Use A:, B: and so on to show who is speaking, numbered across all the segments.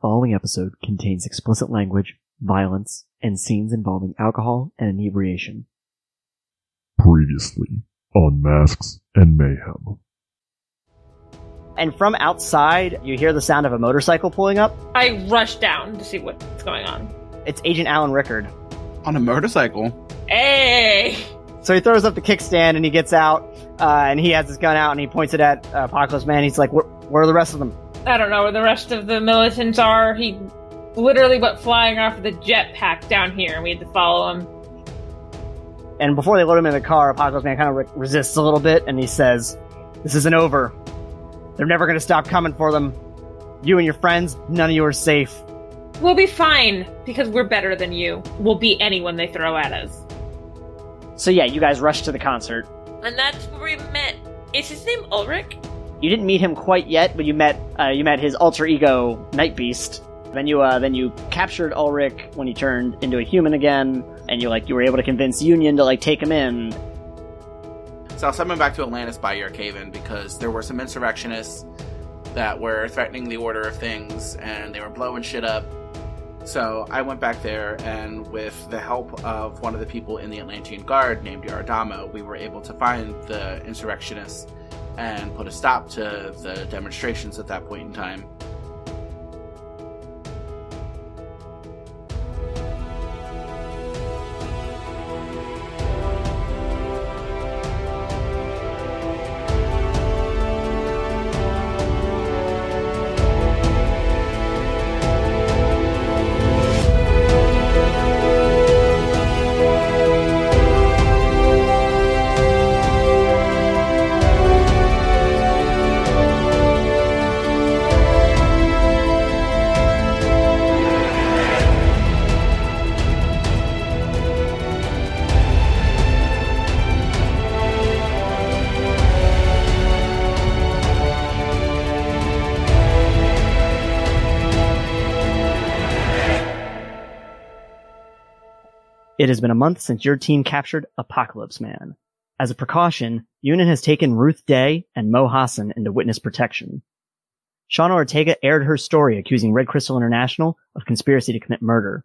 A: following episode contains explicit language, violence, and scenes involving alcohol and inebriation.
B: Previously on Masks and Mayhem.
C: And from outside, you hear the sound of a motorcycle pulling up.
D: I rush down to see what's going on.
C: It's Agent Alan Rickard.
E: On a motorcycle?
D: Hey!
C: So he throws up the kickstand and he gets out, uh, and he has his gun out and he points it at uh, Apocalypse Man. He's like, "Where- "Where are the rest of them?"
D: I don't know where the rest of the militants are. He literally went flying off the jetpack down here, and we had to follow him.
C: And before they load him in the car, Apocalypse Man kind of re- resists a little bit, and he says, "This isn't over. They're never going to stop coming for them. You and your friends, none of you are safe."
D: We'll be fine because we're better than you. We'll beat anyone they throw at us.
C: So yeah, you guys rush to the concert.
D: And that's where we met. Is his name Ulrich?
C: You didn't meet him quite yet, but you met uh, you met his alter ego, Night Beast. Then you uh, then you captured Ulrich when he turned into a human again, and you like you were able to convince Union to like take him in.
E: So I summoned back to Atlantis by Yerkaven because there were some insurrectionists that were threatening the order of things and they were blowing shit up. So I went back there, and with the help of one of the people in the Atlantean Guard named Yaradamo, we were able to find the insurrectionists and put a stop to the demonstrations at that point in time.
C: It has been a month since your team captured Apocalypse Man. As a precaution, Union has taken Ruth Day and Mo Hassan into witness protection. Shauna Ortega aired her story accusing Red Crystal International of conspiracy to commit murder.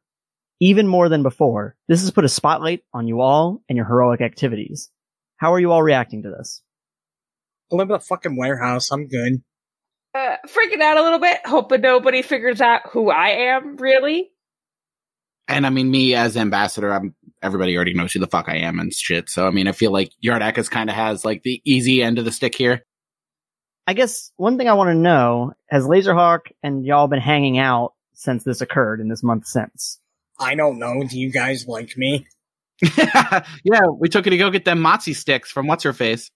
C: Even more than before, this has put a spotlight on you all and your heroic activities. How are you all reacting to this?
F: I live in a fucking warehouse. I'm good.
D: Uh, freaking out a little bit, hoping nobody figures out who I am, really.
E: And I mean, me as ambassador, I'm everybody already knows who the fuck I am and shit. So I mean, I feel like Yardakas kind of has like the easy end of the stick here.
C: I guess one thing I want to know, has Laserhawk and y'all been hanging out since this occurred in this month since?
F: I don't know. Do you guys like me?
E: yeah, we took her to go get them Motsy sticks from what's her face.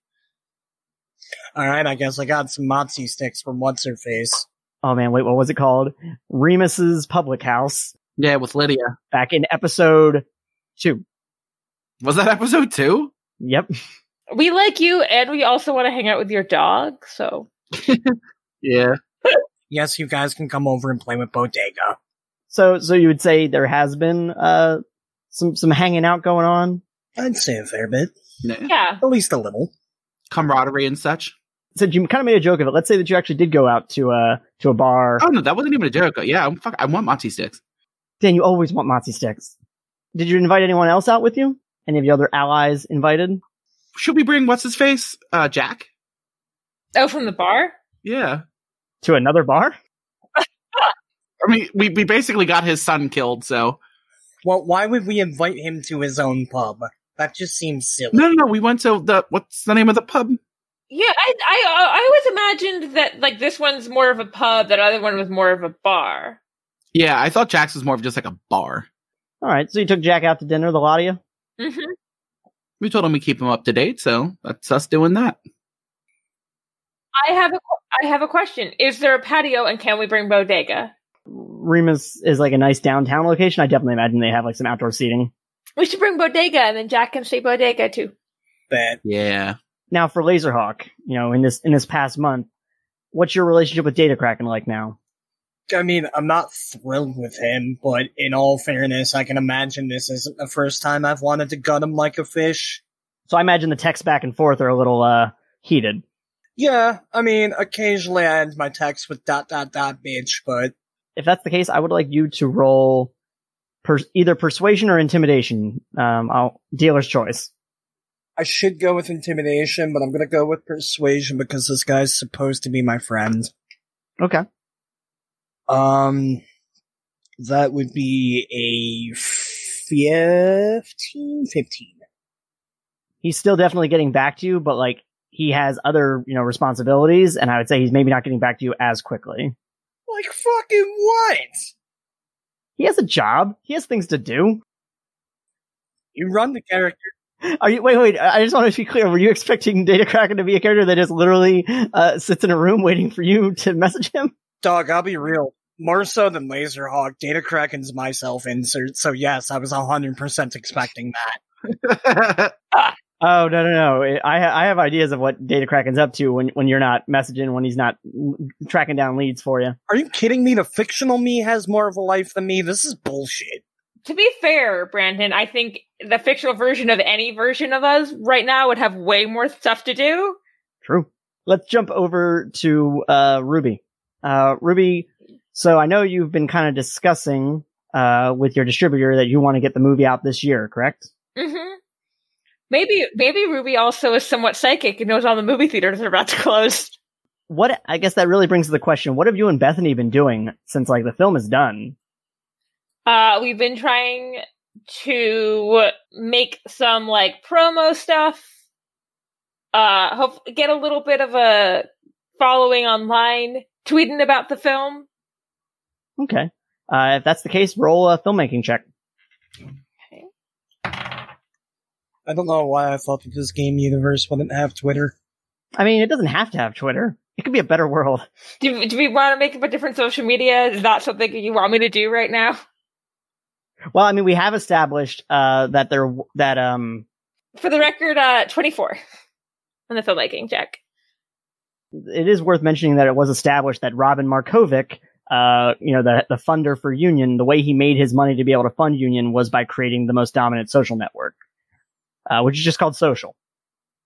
F: All right, I guess I got some Motsi sticks from What's Her Face.
C: Oh man, wait, what was it called? Remus's Public House
E: Yeah, with Lydia.
C: back in episode two.
E: Was that episode two?
C: Yep.
D: We like you, and we also want to hang out with your dog, so.
E: Yeah.
F: Yes, you guys can come over and play with Bodega.
C: So, so you would say there has been, uh, some, some hanging out going on.
F: I'd say a fair bit,
D: Yeah.
F: at least a little.
E: Camaraderie and such.
C: Since you kind of made a joke of it, let's say that you actually did go out to, uh, to a bar.
E: Oh no, that wasn't even a joke. Yeah, I'm fuck. I want Motsy sticks.
C: Dan, you always want Mozzie sticks. Did you invite anyone else out with you? Any of your other allies invited?
E: Should we bring what's his face? Uh, Jack.
D: Oh, from the bar?
E: Yeah.
C: To another bar?
E: I mean, we we basically got his son killed. So
F: Well, why would we invite him to his own pub? That just seems silly.
E: no, no, no. We went to the what's the name of the pub?
D: Yeah, I, I, I always imagined that, like, this one's more of a pub, that other one was more of a bar.
E: Yeah, I thought Jack's was more of just like a bar.
C: All right. So you took Jack out to dinner, the lot of you?
D: hmm
E: We told him we keep him up to date, so that's us doing that.
D: I have a I have a question. Is there a patio and can we bring bodega?
C: Remus is like a nice downtown location. I definitely imagine they have like some outdoor seating.
D: We should bring bodega and then Jack can say bodega too.
F: But
E: Yeah.
C: Now for Laserhawk, you know, in this in this past month, what's your relationship with Data Kraken like now?
F: I mean, I'm not thrilled with him, but in all fairness, I can imagine this isn't the first time I've wanted to gut him like a fish.
C: So I imagine the texts back and forth are a little uh heated.
F: Yeah, I mean, occasionally I end my text with dot dot dot bitch, but
C: if that's the case, I would like you to roll per- either persuasion or intimidation. Um, I'll, dealer's choice.
F: I should go with intimidation, but I'm gonna go with persuasion because this guy's supposed to be my friend.
C: Okay.
F: Um, that would be a 15, 15.
C: He's still definitely getting back to you, but like he has other, you know, responsibilities, and I would say he's maybe not getting back to you as quickly.
F: Like fucking what?
C: He has a job. He has things to do.
F: You run the character.
C: Are you? Wait, wait. I I just want to be clear. Were you expecting Data Kraken to be a character that just literally uh, sits in a room waiting for you to message him?
F: Dog, I'll be real. More so than Laserhawk, Data Kraken's myself insert. So yes, I was 100% expecting that.
C: Oh no, no, no. I ha- I have ideas of what Data Kraken's up to when when you're not messaging, when he's not tracking down leads for you.
F: Are you kidding me? The fictional me has more of a life than me? This is bullshit.
D: To be fair, Brandon, I think the fictional version of any version of us right now would have way more stuff to do.
C: True. Let's jump over to uh, Ruby. Uh, Ruby, so I know you've been kind of discussing uh, with your distributor that you want to get the movie out this year, correct?
D: hmm Maybe, maybe Ruby also is somewhat psychic and knows all the movie theaters are about to close.
C: What I guess that really brings to the question: What have you and Bethany been doing since like the film is done?
D: Uh, we've been trying to make some like promo stuff. Uh, hope get a little bit of a following online, tweeting about the film.
C: Okay. Uh, if that's the case, roll a filmmaking check.
F: I don't know why I thought that this game universe wouldn't have Twitter.
C: I mean, it doesn't have to have Twitter. It could be a better world.
D: Do, do we want to make up a different social media? Is that something you want me to do right now?
C: Well, I mean, we have established uh, that there that um
D: For the record, uh, 24 on the filmmaking check.
C: it is worth mentioning that it was established that Robin Markovic, uh, you know, the the funder for Union, the way he made his money to be able to fund Union was by creating the most dominant social network, uh, which is just called Social.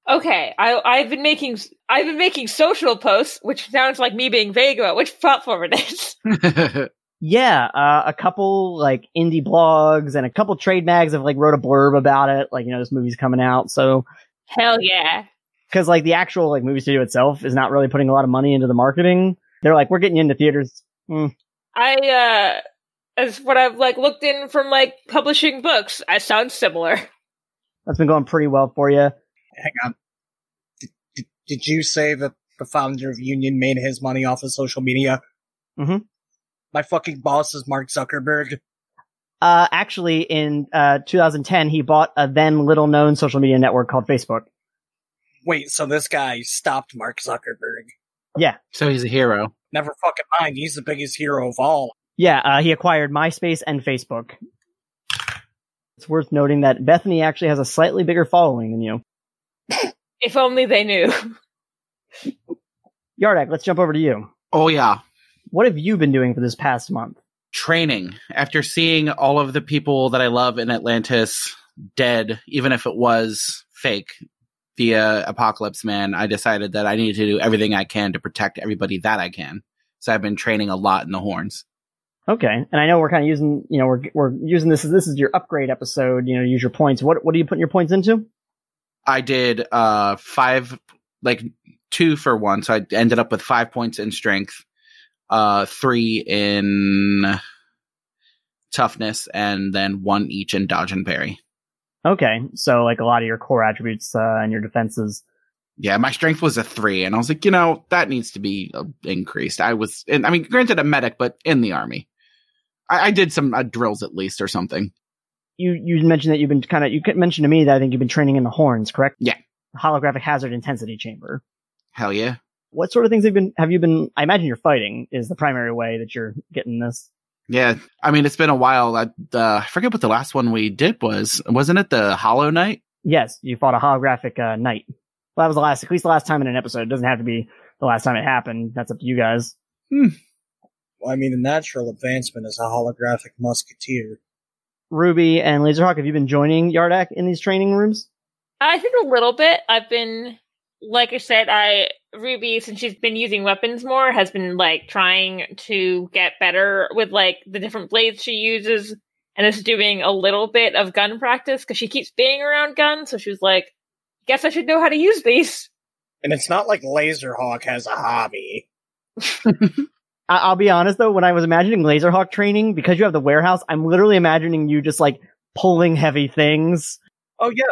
D: Okay, I, I've been making I've been making social posts, which sounds like me being vague about which platform it is.
C: Yeah, uh, a couple like indie blogs and a couple trade mags have like wrote a blurb about it, like you know, this movie's coming out, so
D: Hell yeah!
C: because like the actual like movie studio itself is not really putting a lot of money into the marketing. They're like, we're getting you into theaters.
D: I uh as what I've like looked in from like publishing books, I sound similar.
C: That's been going pretty well for you.
F: Hang on. Did, did, did you say that the founder of Union made his money off of social media? Mm-hmm.
C: Mhm.
F: My fucking boss is Mark Zuckerberg.
C: Uh, actually, in uh, 2010, he bought a then little known social media network called Facebook.
F: Wait, so this guy stopped Mark Zuckerberg.
G: so he's a hero.
F: Never fucking mind. He's the biggest hero of all.
C: Yeah, uh, he acquired MySpace and Facebook. It's worth noting that Bethany actually has a slightly bigger following than you.
D: If only they knew.
C: Yardak, let's jump over to you.
G: Oh yeah.
C: What have you been doing for this past month?
G: Training. After seeing all of the people that I love in Atlantis dead, even if it was fake via Apocalypse Man, I decided that I needed to do everything I can to protect everybody that I can. So I've been training a lot in the horns.
C: Okay, and I know we're kind of using, you know, we're we're using this. This is your upgrade episode. You know, use your points. What what are you putting your points into?
G: I did uh five like two for one, so I ended up with five points in strength, uh three in toughness, and then one each in dodge and parry.
C: Okay, so like a lot of your core attributes uh, and your defenses.
G: Yeah, my strength was a three, and I was like, you know, that needs to be uh, increased. I was, and I mean, granted, a medic, but in the army, I, I did some uh, drills at least or something.
C: You you mentioned that you've been kind of you mentioned to me that I think you've been training in the horns, correct?
G: Yeah.
C: Holographic hazard intensity chamber.
G: Hell yeah!
C: What sort of things have been have you been? I imagine you're fighting is the primary way that you're getting this.
G: Yeah, I mean, it's been a while. I, uh, I forget what the last one we did was. Wasn't it the Hollow Knight?
C: Yes, you fought a holographic uh, knight. Well, that was the last, at least the last time in an episode. It doesn't have to be the last time it happened. That's up to you guys.
F: Well, I mean, the natural advancement is a holographic musketeer.
C: Ruby and Laserhawk, have you been joining Yardak in these training rooms?
D: I think a little bit. I've been, like I said, I Ruby, since she's been using weapons more, has been like trying to get better with like the different blades she uses, and is doing a little bit of gun practice because she keeps being around guns. So she was like, "Guess I should know how to use these."
F: And it's not like Laserhawk has a hobby.
C: I- I'll be honest though, when I was imagining Laserhawk training, because you have the warehouse, I'm literally imagining you just like pulling heavy things,
F: Oh yeah.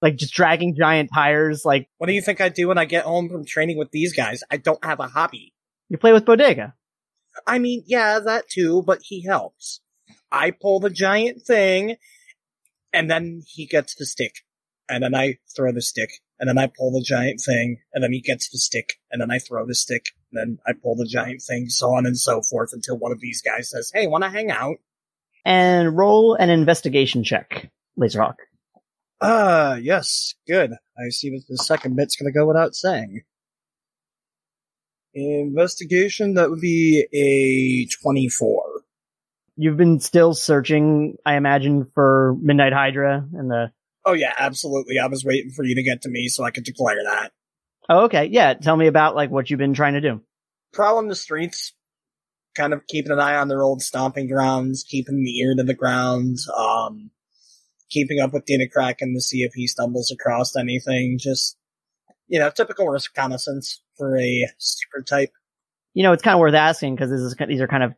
C: like just dragging giant tires. Like
F: What do you think I do when I get home from training with these guys? I don't have a hobby.
C: you play with Bodega.
F: I mean, yeah, that too, but he helps. I pull the giant thing, and then he gets the stick. And then I throw the stick, and then I pull the giant thing, and then he gets the stick, and then I throw the stick, and then I pull the giant thing, so on and so forth, until one of these guys says, Hey, wanna hang out?
C: And roll an investigation check, Laserhawk.
F: Uh, yes, good. I see that the second bit's gonna go without saying. Investigation, that would be a 24.
C: You've been still searching, I imagine, for Midnight Hydra and the.
F: Oh yeah, absolutely. I was waiting for you to get to me so I could declare that.
C: Oh, okay. Yeah. Tell me about like what you've been trying to do.
F: Prowling the streets, kind of keeping an eye on their old stomping grounds, keeping the ear to the ground, um, keeping up with Dana Kraken to see if he stumbles across anything. Just you know, typical reconnaissance for a super type.
C: you know, it's kind of worth asking because this is these are kind of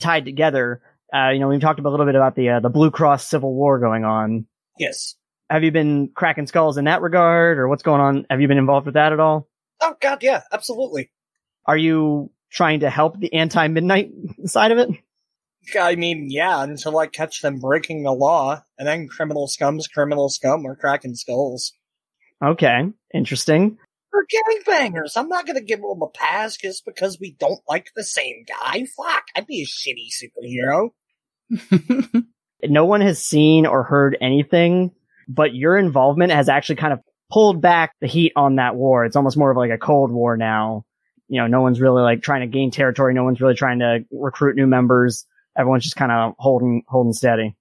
C: tied together. Uh, you know, we talked a little bit about the uh, the Blue Cross Civil War going on.
F: Yes.
C: Have you been cracking skulls in that regard, or what's going on? Have you been involved with that at all?
F: Oh god, yeah, absolutely.
C: Are you trying to help the anti midnight side of it?
F: I mean, yeah, until I catch them breaking the law, and then criminal scum's criminal scum or cracking skulls.
C: Okay, interesting.
F: We're gangbangers. I'm not gonna give them a pass just because we don't like the same guy. Fuck, I'd be a shitty superhero.
C: No one has seen or heard anything, but your involvement has actually kind of pulled back the heat on that war. It's almost more of like a cold war now. You know, no one's really like trying to gain territory. No one's really trying to recruit new members. Everyone's just kind of holding, holding steady.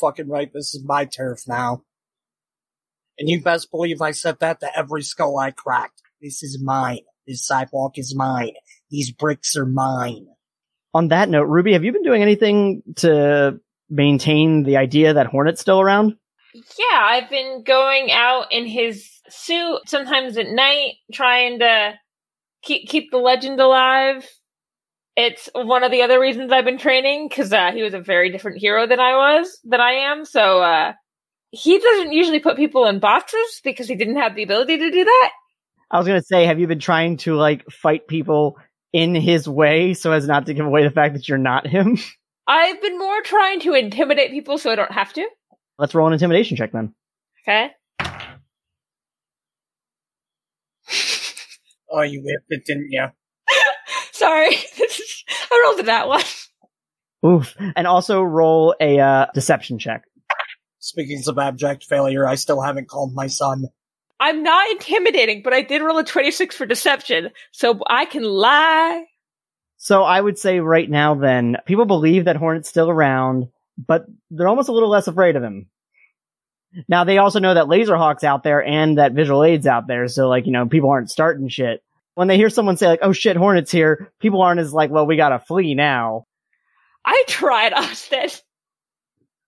F: Fucking right, this is my turf now. And you best believe I said that to every skull I cracked. This is mine. This sidewalk is mine. These bricks are mine.
C: On that note, Ruby, have you been doing anything to maintain the idea that Hornet's still around?
D: Yeah, I've been going out in his suit sometimes at night, trying to keep keep the legend alive. It's one of the other reasons I've been training because uh, he was a very different hero than I was than I am. So uh, he doesn't usually put people in boxes because he didn't have the ability to do that.
C: I was going to say, have you been trying to like fight people in his way so as not to give away the fact that you're not him?
D: I've been more trying to intimidate people so I don't have to.
C: Let's roll an intimidation check then.
D: Okay.
F: Oh, you whipped it, didn't you?
D: Sorry, this is, I rolled a that one.
C: Oof. And also roll a uh, deception check.
F: Speaking of abject failure, I still haven't called my son.
D: I'm not intimidating, but I did roll a 26 for deception, so I can lie.
C: So I would say right now then, people believe that Hornet's still around, but they're almost a little less afraid of him. Now they also know that Laserhawk's out there and that visual aid's out there, so like, you know, people aren't starting shit. When they hear someone say like, oh shit, Hornet's here, people aren't as like, well, we gotta flee now.
D: I tried, Austin.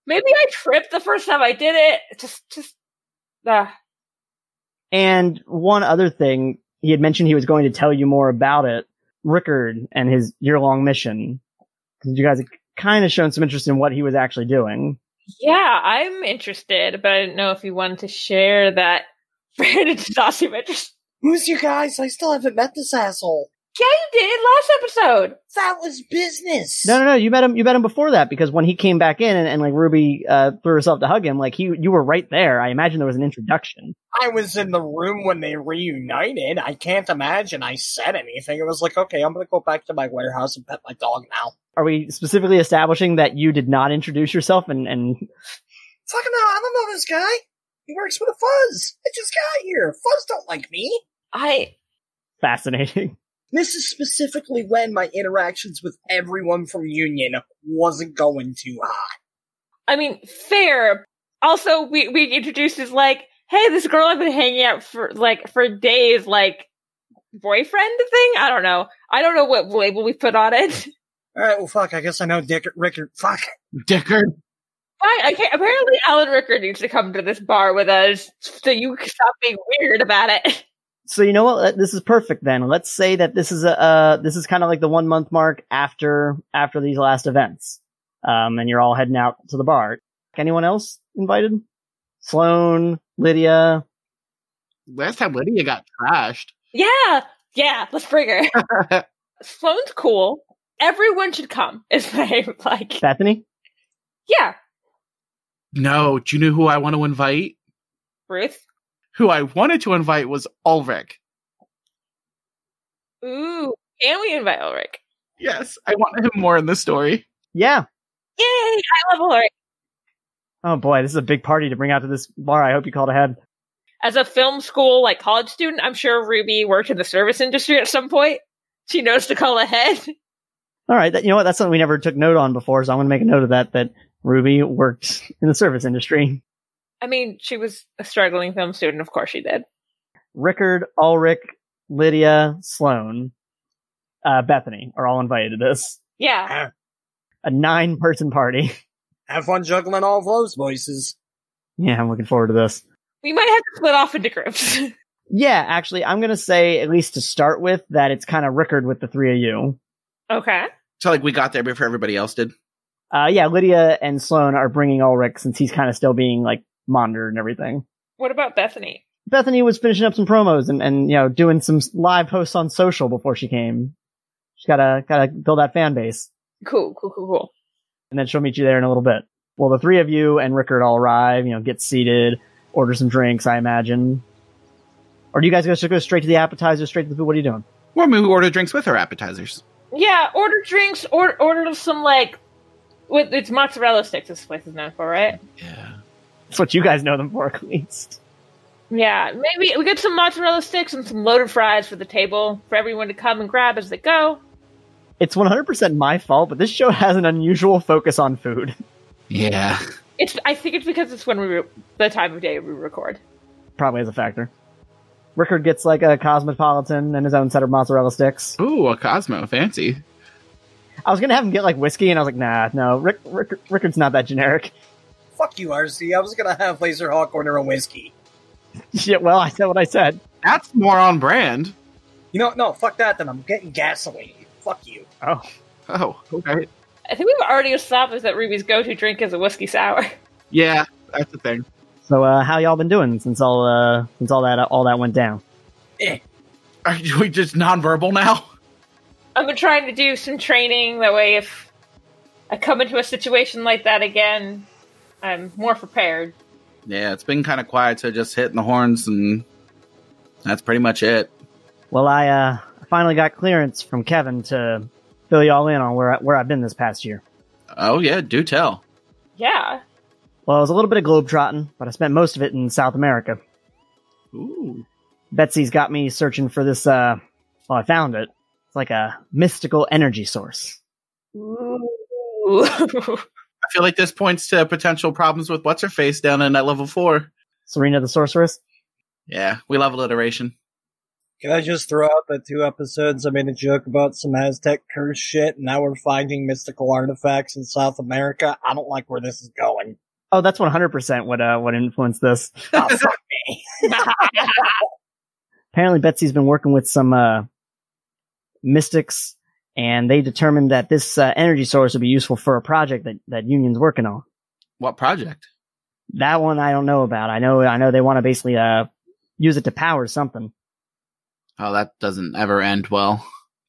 D: Maybe I tripped the first time I did it. Just, just, uh,
C: And one other thing, he had mentioned he was going to tell you more about it, Rickard and his year-long mission. Because you guys had kind of shown some interest in what he was actually doing.
D: yeah, I'm interested, but I didn't know if you wanted to share that. Brandon just asked him. I just-
F: Who's you guys? I still haven't met this asshole.
D: Yeah, you did last episode.
F: That was business.
C: No, no, no. You met him. You met him before that because when he came back in and, and like Ruby uh, threw herself to hug him, like he, you were right there. I imagine there was an introduction.
F: I was in the room when they reunited. I can't imagine I said anything. It was like, okay, I'm gonna go back to my warehouse and pet my dog now.
C: Are we specifically establishing that you did not introduce yourself? And and
F: Fucking hell, I don't know this guy. He works for the Fuzz. I just got here. Fuzz don't like me.
D: I,
C: fascinating.
F: This is specifically when my interactions with everyone from Union wasn't going too hot.
D: I mean, fair. Also, we we introduced as like, hey, this girl I've been hanging out for like for days, like boyfriend thing. I don't know. I don't know what label we put on it.
F: All right, well, fuck. I guess I know Dick Rickard. Fuck.
G: Dickard.
D: Fine, okay. Apparently, Alan Ricker needs to come to this bar with us, so you can stop being weird about it.
C: So you know what? Let- This is perfect. Then let's say that this is a uh, this is kind of like the one month mark after after these last events, um, and you're all heading out to the bar. Anyone else invited? Sloan, Lydia.
E: Last time Lydia got trashed.
D: Yeah, yeah. Let's bring her. Sloane's cool. Everyone should come. Is my like?
C: Bethany.
D: Yeah,
G: No, do you know who I want to invite?
D: Ruth.
G: Who I wanted to invite was Ulrich.
D: Ooh, can we invite Ulrich?
G: Yes, I want him more in the story.
C: Yeah.
D: Yay! I love Ulrich.
C: Oh boy, this is a big party to bring out to this bar. I hope you called ahead.
D: As a film school like college student, I'm sure Ruby worked in the service industry at some point. She knows to call ahead.
C: All right, that, you know what? That's something we never took note on before, so I'm going to make a note of that. That Ruby worked in the service industry.
D: I mean, she was a struggling film student. Of course, she did.
C: Rickard, Ulrich, Lydia, Sloan, uh, Bethany are all invited to this.
D: Yeah.
C: A nine person party.
F: Have fun juggling all those voices.
C: yeah, I'm looking forward to this.
D: We might have to split off into groups.
C: Yeah, actually, I'm going to say, at least to start with, that it's kind of Rickard with the three of you.
D: okay.
G: So like we got there before everybody else did.
C: Uh, yeah, Lydia and Sloan are bringing Ulrich since he's kind of still being like monitored and everything.
D: What about Bethany?
C: Bethany was finishing up some promos and, and you know doing some s- live posts on social before she came. She's gotta gotta build that fan base,
D: Cool, cool, cool, cool.
C: and then she'll meet you there in a little bit. Well, the three of you and Rickard all arrive. You know, get seated, order some drinks, I imagine. Or do you guys go, go straight to the appetizer, straight to the food? What are you doing?
G: Well, I mean, we order drinks with our appetizers.
D: Yeah, order drinks, or order some like with it's mozzarella sticks this place is known for, right?
G: Yeah.
C: That's what you guys know them for, at least.
D: Yeah. Maybe we get some mozzarella sticks and some loaded fries for the table for everyone to come and grab as they go.
C: It's 100% my fault, but this show has an unusual focus on food.
E: Yeah.
D: It's I think it's because it's when we re- the time of day we record.
C: Probably as a factor. Rickard gets like a cosmopolitan and his own set of mozzarella sticks.
G: Ooh, a Cosmo, fancy.
C: I was gonna have him get like whiskey, and I was like, nah, no, Rick, Rick, Rickard's not that generic.
F: Fuck you, RC. I was gonna have Laser Hawk order a whiskey.
C: Shit, well, I said what I said.
G: That's more on brand.
F: You know, no, fuck that. Then I'm getting gasoline. Fuck you.
G: Oh, okay.
D: I think we've already established that Ruby's go-to drink is a whiskey sour.
G: Yeah, that's the thing.
C: So, uh, how y'all been doing since all uh, since all that all that went down?
G: Are we just nonverbal now?
D: I've been trying to do some training. That way, if I come into a situation like that again, I'm more prepared.
G: Yeah, it's been kind of quiet, so just hitting the horns, and that's pretty much it.
C: Well, I uh, finally got clearance from Kevin to fill y'all in on where I, where I've been this past year.
G: Oh yeah, do tell.
D: Yeah.
C: Well, it was a little bit of globetrotting, but I spent most of it in South America.
G: Ooh,
C: Betsy's got me searching for this. Uh, well, I found it. It's like a mystical energy source.
D: Ooh.
G: I feel like this points to potential problems with what's her face down in that level four.
C: Serena the sorceress.
G: Yeah, we love alliteration.
F: Can I just throw out that two episodes I made a joke about some Aztec curse shit, and now we're finding mystical artifacts in South America? I don't like where this is going.
C: Oh, that's 100% what uh, what influenced this.
F: Oh, fuck
C: apparently Betsy's been working with some uh, mystics, and they determined that this uh, energy source would be useful for a project that that Union's working on.
G: What project?
C: That one I don't know about. I know I know they want to basically uh, use it to power something.
G: Oh, that doesn't ever end well.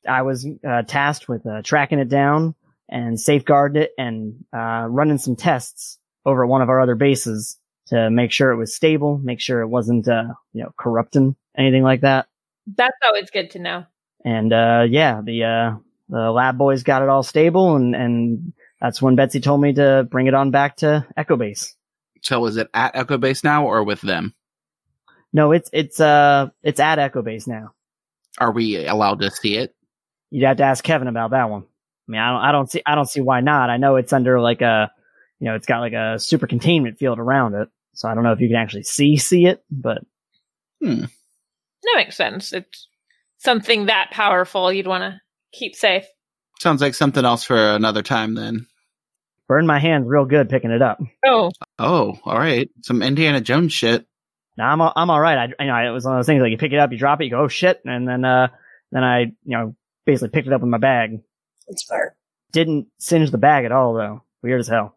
C: I was uh, tasked with uh, tracking it down and safeguarding it and uh, running some tests over at one of our other bases to make sure it was stable, make sure it wasn't uh, you know corrupting anything like that.
D: That's always good to know.
C: And uh, yeah, the uh, the lab boys got it all stable, and and that's when Betsy told me to bring it on back to Echo Base.
G: So is it at Echo Base now, or with them?
C: No, it's it's uh it's at Echo Base now.
G: Are we allowed to see it?
C: You'd have to ask Kevin about that one. I mean, I don't, I don't see I don't see why not. I know it's under like a you know it's got like a super containment field around it, so I don't know if you can actually see see it, but
D: That makes sense. It's something that powerful you'd want to keep safe.
E: Sounds like something else for another time then.
C: Burned my hands real good picking it up.
D: Oh,
E: Oh, all right. Some Indiana Jones shit.
C: Now I'm all, I'm all right. I you know it was one of those things like you pick it up, you drop it, you go oh shit, and then uh then I you know basically picked it up in my bag.
F: It's fair.
C: Didn't singe the bag at all though. Weird as hell.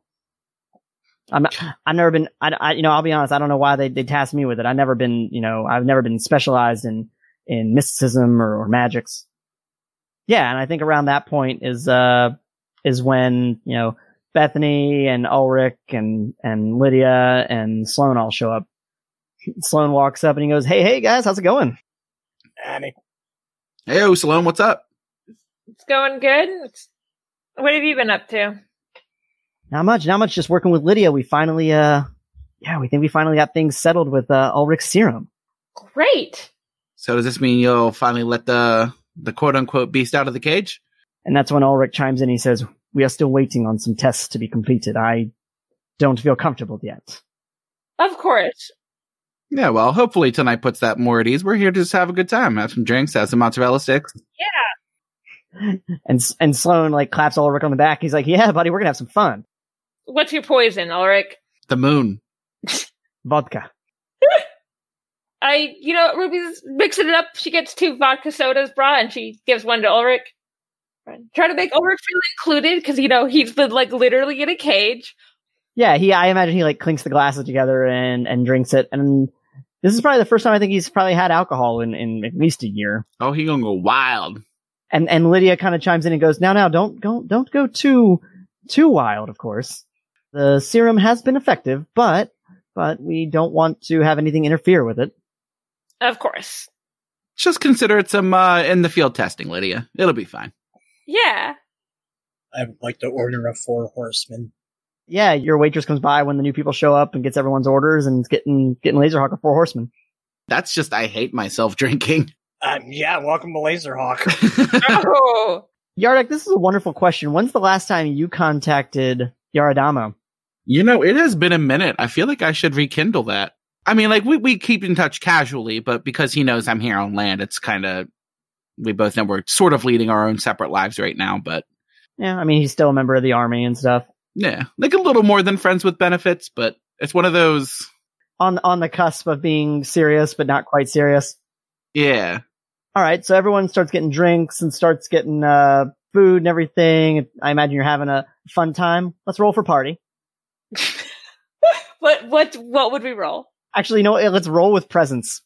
C: I'm I've never been I, I you know I'll be honest I don't know why they they tasked me with it. I've never been you know I've never been specialized in in mysticism or, or magics. Yeah, and I think around that point is uh is when you know Bethany and Ulrich and and Lydia and Sloan all show up. Sloan walks up and he goes, Hey, hey guys, how's it going?
F: And it-
G: Hey, oh, Sloan, what's up?
D: it's going good. It's- what have you been up to?
C: Not much, not much. Just working with Lydia. We finally, uh, yeah, we think we finally got things settled with, uh, Ulrich's serum.
D: Great.
E: So does this mean you'll finally let the the quote unquote beast out of the cage?
C: And that's when Ulrich chimes in. He says, we are still waiting on some tests to be completed. I don't feel comfortable yet.
D: Of course.
E: Yeah, well, hopefully tonight puts that more at ease. We're here to just have a good time, have some drinks, have some mozzarella sticks.
C: And, S- and Sloan like claps Ulrich on the back. He's like, yeah, buddy, we're gonna have some fun.
D: What's your poison, Ulrich?
E: The moon.
C: Vodka.
D: I, you know, Ruby's mixing it up. She gets two vodka sodas brought, and she gives one to Ulrich. Try to make Ulrich feel included because you know he's been like literally in a cage.
C: Yeah, he, I imagine he like clinks the glasses together and, and drinks it. And this is probably the first time I think he's probably had alcohol in, in at least a year.
E: Oh, he gonna go wild.
C: and and Lydia kind of chimes in and goes, "Now, now, don't go, don't go too too wild. Of course, the serum has been effective, but but we don't want to have anything interfere with it.
D: Of course.
E: Just consider it some uh in the field testing, Lydia. It'll be fine.
D: Yeah.
F: I would like to order a four horsemen.
C: Yeah, your waitress comes by when the new people show up and gets everyone's orders and is getting getting Laserhawk a four horsemen.
E: That's just I hate myself drinking.
F: Um, yeah, welcome to Laserhawk.
D: Oh,
C: Yardak, this is a wonderful question. When's the last time you contacted Yaradama?
E: You know, it has been a minute. I feel like I should rekindle that. I mean, like we, we keep in touch casually, but because he knows I'm here on land, it's kind of we both know we're sort of leading our own separate lives right now. But
C: Yeah, I mean he's still a member of the army and stuff.
E: yeah, like a little more than friends with benefits, but it's one of those.
C: On on the cusp of being serious, but not quite serious.
E: Yeah,
C: All right, so everyone starts getting drinks and starts getting uh, food and everything. I imagine you're having a fun time. Let's roll for party.
D: what? What? What would we roll?
C: Actually, you know what? Let's roll with presents.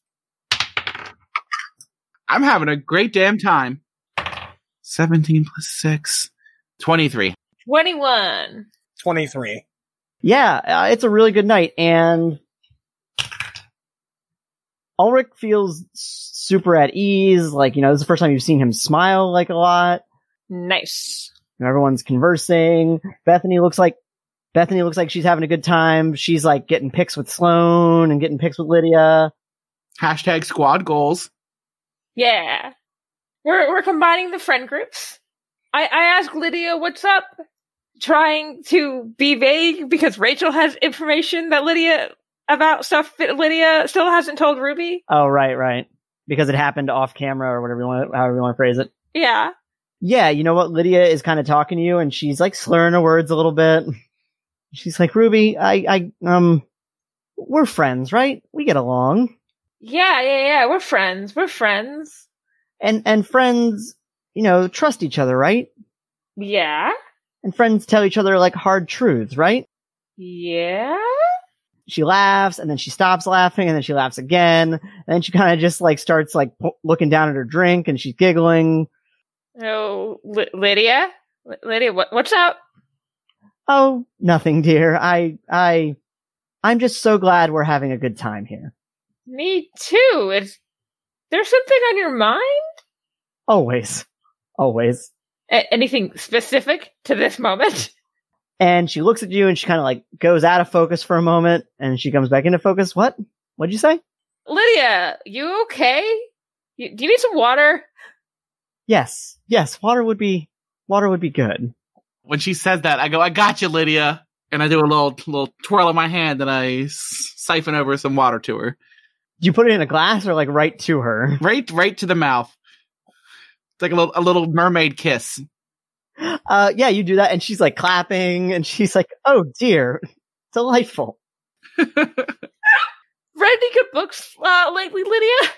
E: I'm having a great damn time. 17 plus 6, 23.
D: Twenty-one.
F: 23.
C: Yeah, uh, it's a really good night, and Ulrich feels s- super at ease. Like you know, this is the first time you've seen him smile like a lot.
D: Nice.
C: You know, everyone's conversing. Bethany looks like Bethany looks like she's having a good time. She's like getting pics with Sloan and getting pics with Lydia.
E: Hashtag squad goals.
D: Yeah. We're we're combining the friend groups. I I asked Lydia what's up, trying to be vague because Rachel has information that Lydia about stuff that Lydia still hasn't told Ruby.
C: Oh, right, right. Because it happened off camera or whatever you want, however you want to phrase it.
D: Yeah.
C: Yeah, you know what? Lydia is kind of talking to you and she's like slurring her words a little bit. She's like, Ruby, I, I, um, we're friends, right? We get along.
D: Yeah, yeah, yeah. We're friends. We're friends.
C: And, and friends, you know, trust each other, right?
D: Yeah.
C: And friends tell each other like hard truths, right?
D: Yeah.
C: She laughs and then she stops laughing and then she laughs again. And then she kind of just like starts like po- looking down at her drink and she's giggling.
D: Oh, L- Lydia. L- Lydia, what what's up?
C: Oh, nothing, dear. I, I, I'm just so glad we're having a good time here.
D: Me too. Is there's something on your mind?
C: Always. Always.
D: A- anything specific to this moment?
C: And she looks at you and she kind of like goes out of focus for a moment and she comes back into focus. What? What'd you say?
D: Lydia, you okay? You, do you need some water?
C: Yes. Yes. Water would be, water would be good.
E: When she says that, I go, I got you, Lydia. And I do a little little twirl of my hand and I s- siphon over some water to her.
C: Do you put it in a glass or like right to her?
E: Right right to the mouth. It's like a little, a little mermaid kiss.
C: Uh, yeah, you do that. And she's like clapping and she's like, oh dear, delightful.
D: Read any good books uh, lately, Lydia?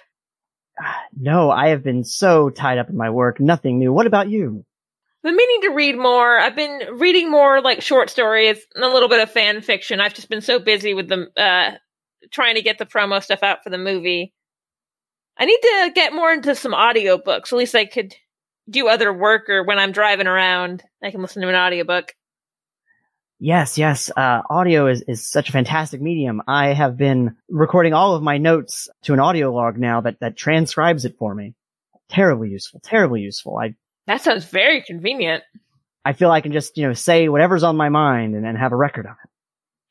C: No, I have been so tied up in my work. Nothing new. What about you?
D: Been meaning to read more. I've been reading more like short stories and a little bit of fan fiction. I've just been so busy with the uh, trying to get the promo stuff out for the movie. I need to get more into some audiobooks. At least I could do other work or when I'm driving around, I can listen to an audiobook.
C: Yes, yes. Uh, audio is, is such a fantastic medium. I have been recording all of my notes to an audio log now that, that transcribes it for me. Terribly useful, terribly useful. I,
D: That sounds very convenient.
C: I feel I can just, you know, say whatever's on my mind and then have a record of it.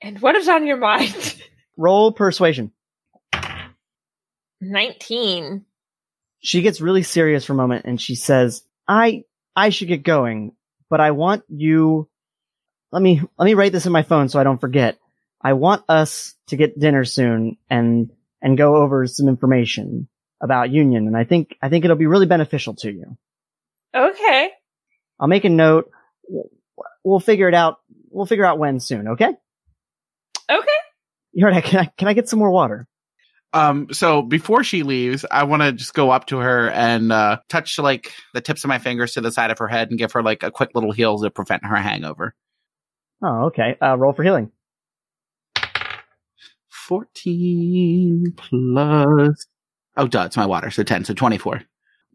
D: And what is on your mind?
C: Roll persuasion.
D: 19.
C: She gets really serious for a moment and she says, I, I should get going, but I want you, let me, let me write this in my phone so I don't forget. I want us to get dinner soon and, and go over some information about union. And I think, I think it'll be really beneficial to you.
D: Okay.
C: I'll make a note. We'll, we'll figure it out. We'll figure out when soon. Okay.
D: Okay.
C: You heard? I- Can I can I get some more water?
E: Um, so before she leaves, I want to just go up to her and uh, touch like the tips of my fingers to the side of her head and give her like a quick little heal to prevent her hangover.
C: Oh, okay. Uh, roll for healing.
E: 14 plus. Oh, duh, it's my water. So 10, so 24.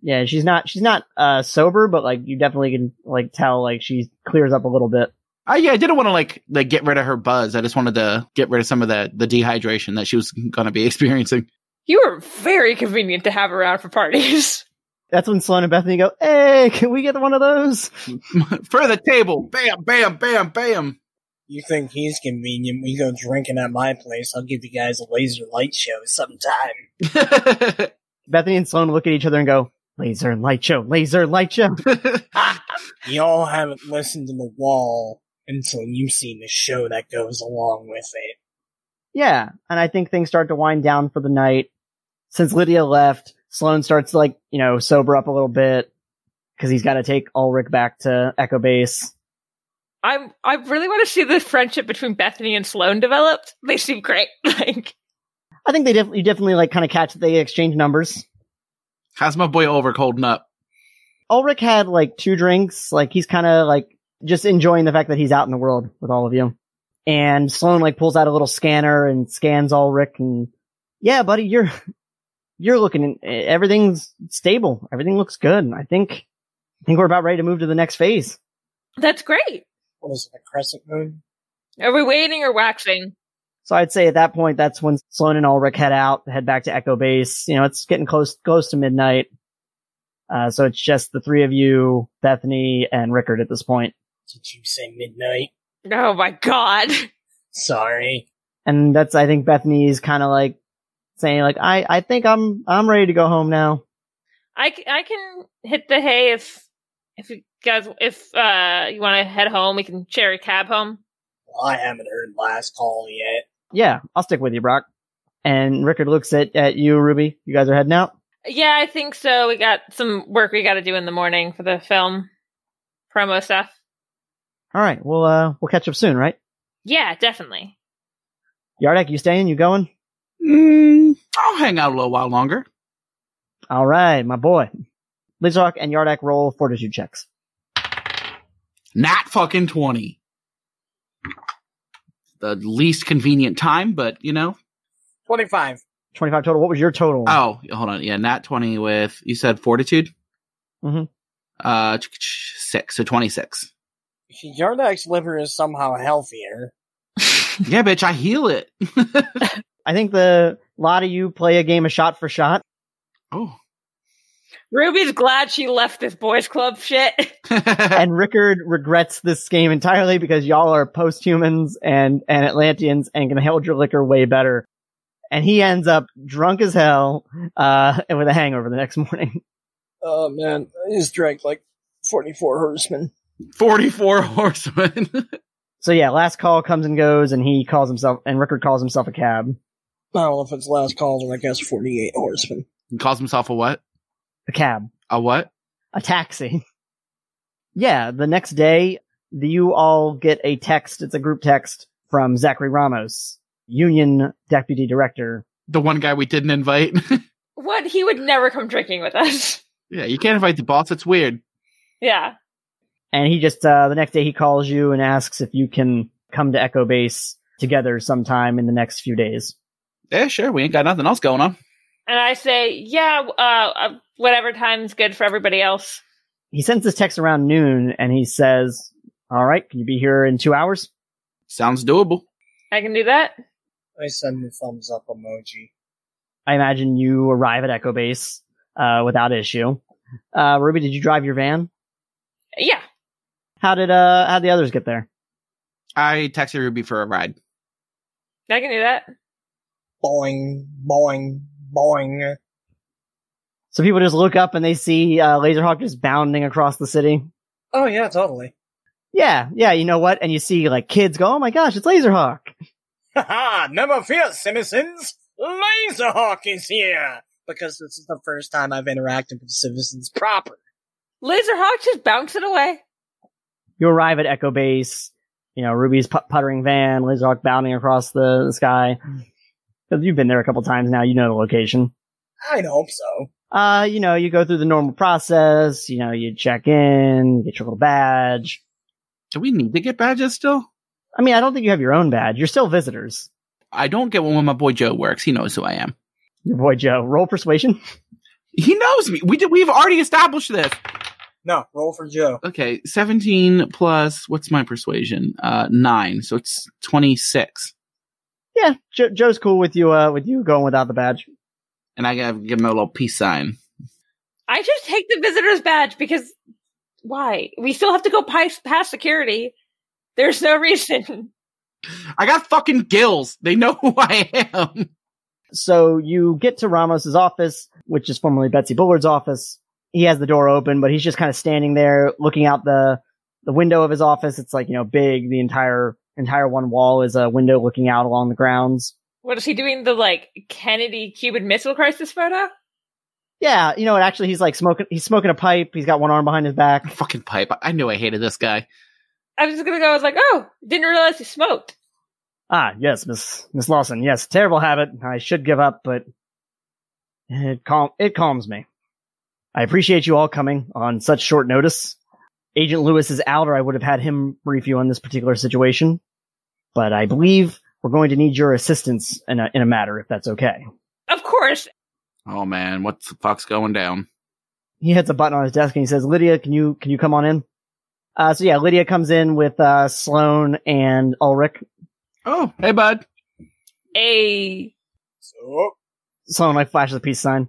C: Yeah, she's not she's not uh sober, but like you definitely can like tell like she clears up a little bit.
E: Uh, yeah, I didn't want to like like get rid of her buzz. I just wanted to get rid of some of the the dehydration that she was going to be experiencing.
D: You are very convenient to have around for parties.
C: That's when Sloan and Bethany go, "Hey, can we get one of those?"
E: For the table, bam, bam, bam, bam.
F: You think he's convenient? We go drinking at my place. I'll give you guys a laser light show sometime.
C: Bethany and Sloan look at each other and go, "Laser and light show, laser and light show."
F: Y'all haven't listened to the wall until you've seen the show that goes along with it.
C: yeah, and I think things start to wind down for the night. Since Lydia left, Sloan starts to, like, you know, sober up a little bit because he's got to take Ulrich back to Echo Base.
D: I'm I really want to see the friendship between Bethany and Sloan developed. They seem great. Like
C: I think they def- you definitely like kind of catch that they exchange numbers.
E: How's my boy Ulrich holding up?
C: Ulrich had like two drinks, like he's kind of like just enjoying the fact that he's out in the world with all of you. And Sloan like pulls out a little scanner and scans Ulrich and yeah, buddy, you're you're looking everything's stable. Everything looks good. I think I think we're about ready to move to the next phase.
D: that's great.
F: What is it, a crescent moon?
D: Are we waiting or waxing?
C: So I'd say at that point, that's when Sloan and Ulrich head out, head back to Echo Base. You know, it's getting close, close to midnight. Uh, so it's just the three of you, Bethany and Rickard at this point.
F: Did you say midnight?
D: Oh my god.
F: Sorry.
C: And that's, I think Bethany's kind of like saying like, I, I think I'm, I'm ready to go home now.
D: I, c- I can hit the hay if if you guys if uh you want to head home, we can share a cab home.
F: Well, I haven't heard last call yet.
C: Yeah, I'll stick with you, Brock. And Rickard looks at, at you, Ruby. You guys are heading out.
D: Yeah, I think so. We got some work we got to do in the morning for the film promo stuff.
C: All right. We'll, uh, we'll catch up soon, right?
D: Yeah, definitely.
C: Yardak, you staying? You going?
E: Mm, I'll hang out a little while longer.
C: All right. My boy. Lizark and Yardak roll fortitude checks.
E: Not fucking 20. The least convenient time, but you know.
F: 25.
C: 25 total. What was your total?
E: Oh, hold on. Yeah, not 20 with, you said fortitude? Mm-hmm.
C: Mhm.
E: Uh, ch- ch- six, so 26.
F: Yardak's liver is somehow healthier.
E: yeah, bitch, I heal it.
C: I think the lot of you play a game of shot for shot.
E: oh.
D: Ruby's glad she left this boys club shit.
C: And Rickard regrets this game entirely because y'all are post-humans and, and Atlanteans and can hold your liquor way better. And he ends up drunk as hell, uh, and with a hangover the next morning.
F: Oh, man. He's drank like 44 horsemen.
E: 44 horsemen.
C: So yeah, last call comes and goes and he calls himself, and Rickard calls himself a cab.
F: I don't know if it's last calls, but I guess 48 horsemen.
E: He calls himself a what?
C: A cab.
E: A what?
C: a taxi. yeah, the next day, you all get a text. It's a group text from Zachary Ramos, union deputy director.
E: The one guy we didn't invite.
D: What? He would never come drinking with us.
E: yeah, you can't invite the boss. It's weird.
D: Yeah.
C: And he just, uh, the next day he calls you and asks if you can come to Echo Base together sometime in the next few days.
E: Yeah, sure. We ain't got nothing else going on.
D: And I say, yeah, uh, uh, whatever time's good for everybody else.
C: He sends this text around noon and he says, all right, can you be here in two hours?
E: Sounds doable.
D: I can do that.
F: I send the thumbs up emoji.
C: I imagine you arrive at Echo Base, uh, without issue. Uh, Ruby, did you drive your van?
D: Yeah.
C: How did, uh, how did the others get there?
E: I texted Ruby for a ride.
D: I can do that.
F: Boing, boing, boing.
C: So people just look up and they see, uh, Laserhawk just bounding across the city.
F: Oh yeah, totally.
C: Yeah, yeah, you know what? And you see like kids go, oh my gosh, it's Laserhawk.
F: Haha, never fear, citizens! Laserhawk is here! Because this is the first time I've interacted with citizens proper.
D: Laserhawk just bouncing away.
C: You arrive at Echo Base, you know, Ruby's put- puttering van, Laserhawk bounding across the, the sky. 'Cause You've been there a couple times now, you know the location.
F: I'd hope so.
C: Uh, you know, you go through the normal process, you know, you check in, get your little badge.
E: Do we need to get badges still?
C: I mean, I don't think you have your own badge. You're still visitors.
E: I don't get one when my boy Joe works. He knows who I am.
C: Your boy Joe, roll persuasion.
E: He knows me. We did, we've already established this.
F: No, roll for Joe.
E: Okay, 17 plus, what's my persuasion? Uh, 9. So it's 26.
C: Yeah, jo- Joe's cool with you, uh, with you going without the badge.
E: And I gotta give him a little peace sign.
D: I just take the visitor's badge because why? We still have to go pi- past security. There's no reason.
E: I got fucking gills. They know who I am.
C: So you get to Ramos's office, which is formerly Betsy Bullard's office. He has the door open, but he's just kind of standing there looking out the the window of his office. It's like, you know, big. The entire entire one wall is a window looking out along the grounds.
D: What is he doing? The like Kennedy Cuban Missile Crisis photo?
C: Yeah, you know, and actually he's like smoking he's smoking a pipe. He's got one arm behind his back.
E: Fucking pipe. I knew I hated this guy.
D: I was just gonna go. I was like, oh, didn't realize he smoked.
C: Ah, yes, Miss Miss Lawson. Yes, terrible habit. I should give up, but it calm it calms me. I appreciate you all coming on such short notice. Agent Lewis is out, or I would have had him brief you on this particular situation. But I believe we're going to need your assistance in a, in a matter, if that's okay.
D: Of course.
E: Oh man, what the fuck's going down?
C: He hits a button on his desk and he says, "Lydia, can you can you come on in?" Uh, so yeah, Lydia comes in with uh, Sloan and Ulrich.
E: Oh, hey bud.
D: A
F: So,
C: Someone like flashes a peace sign.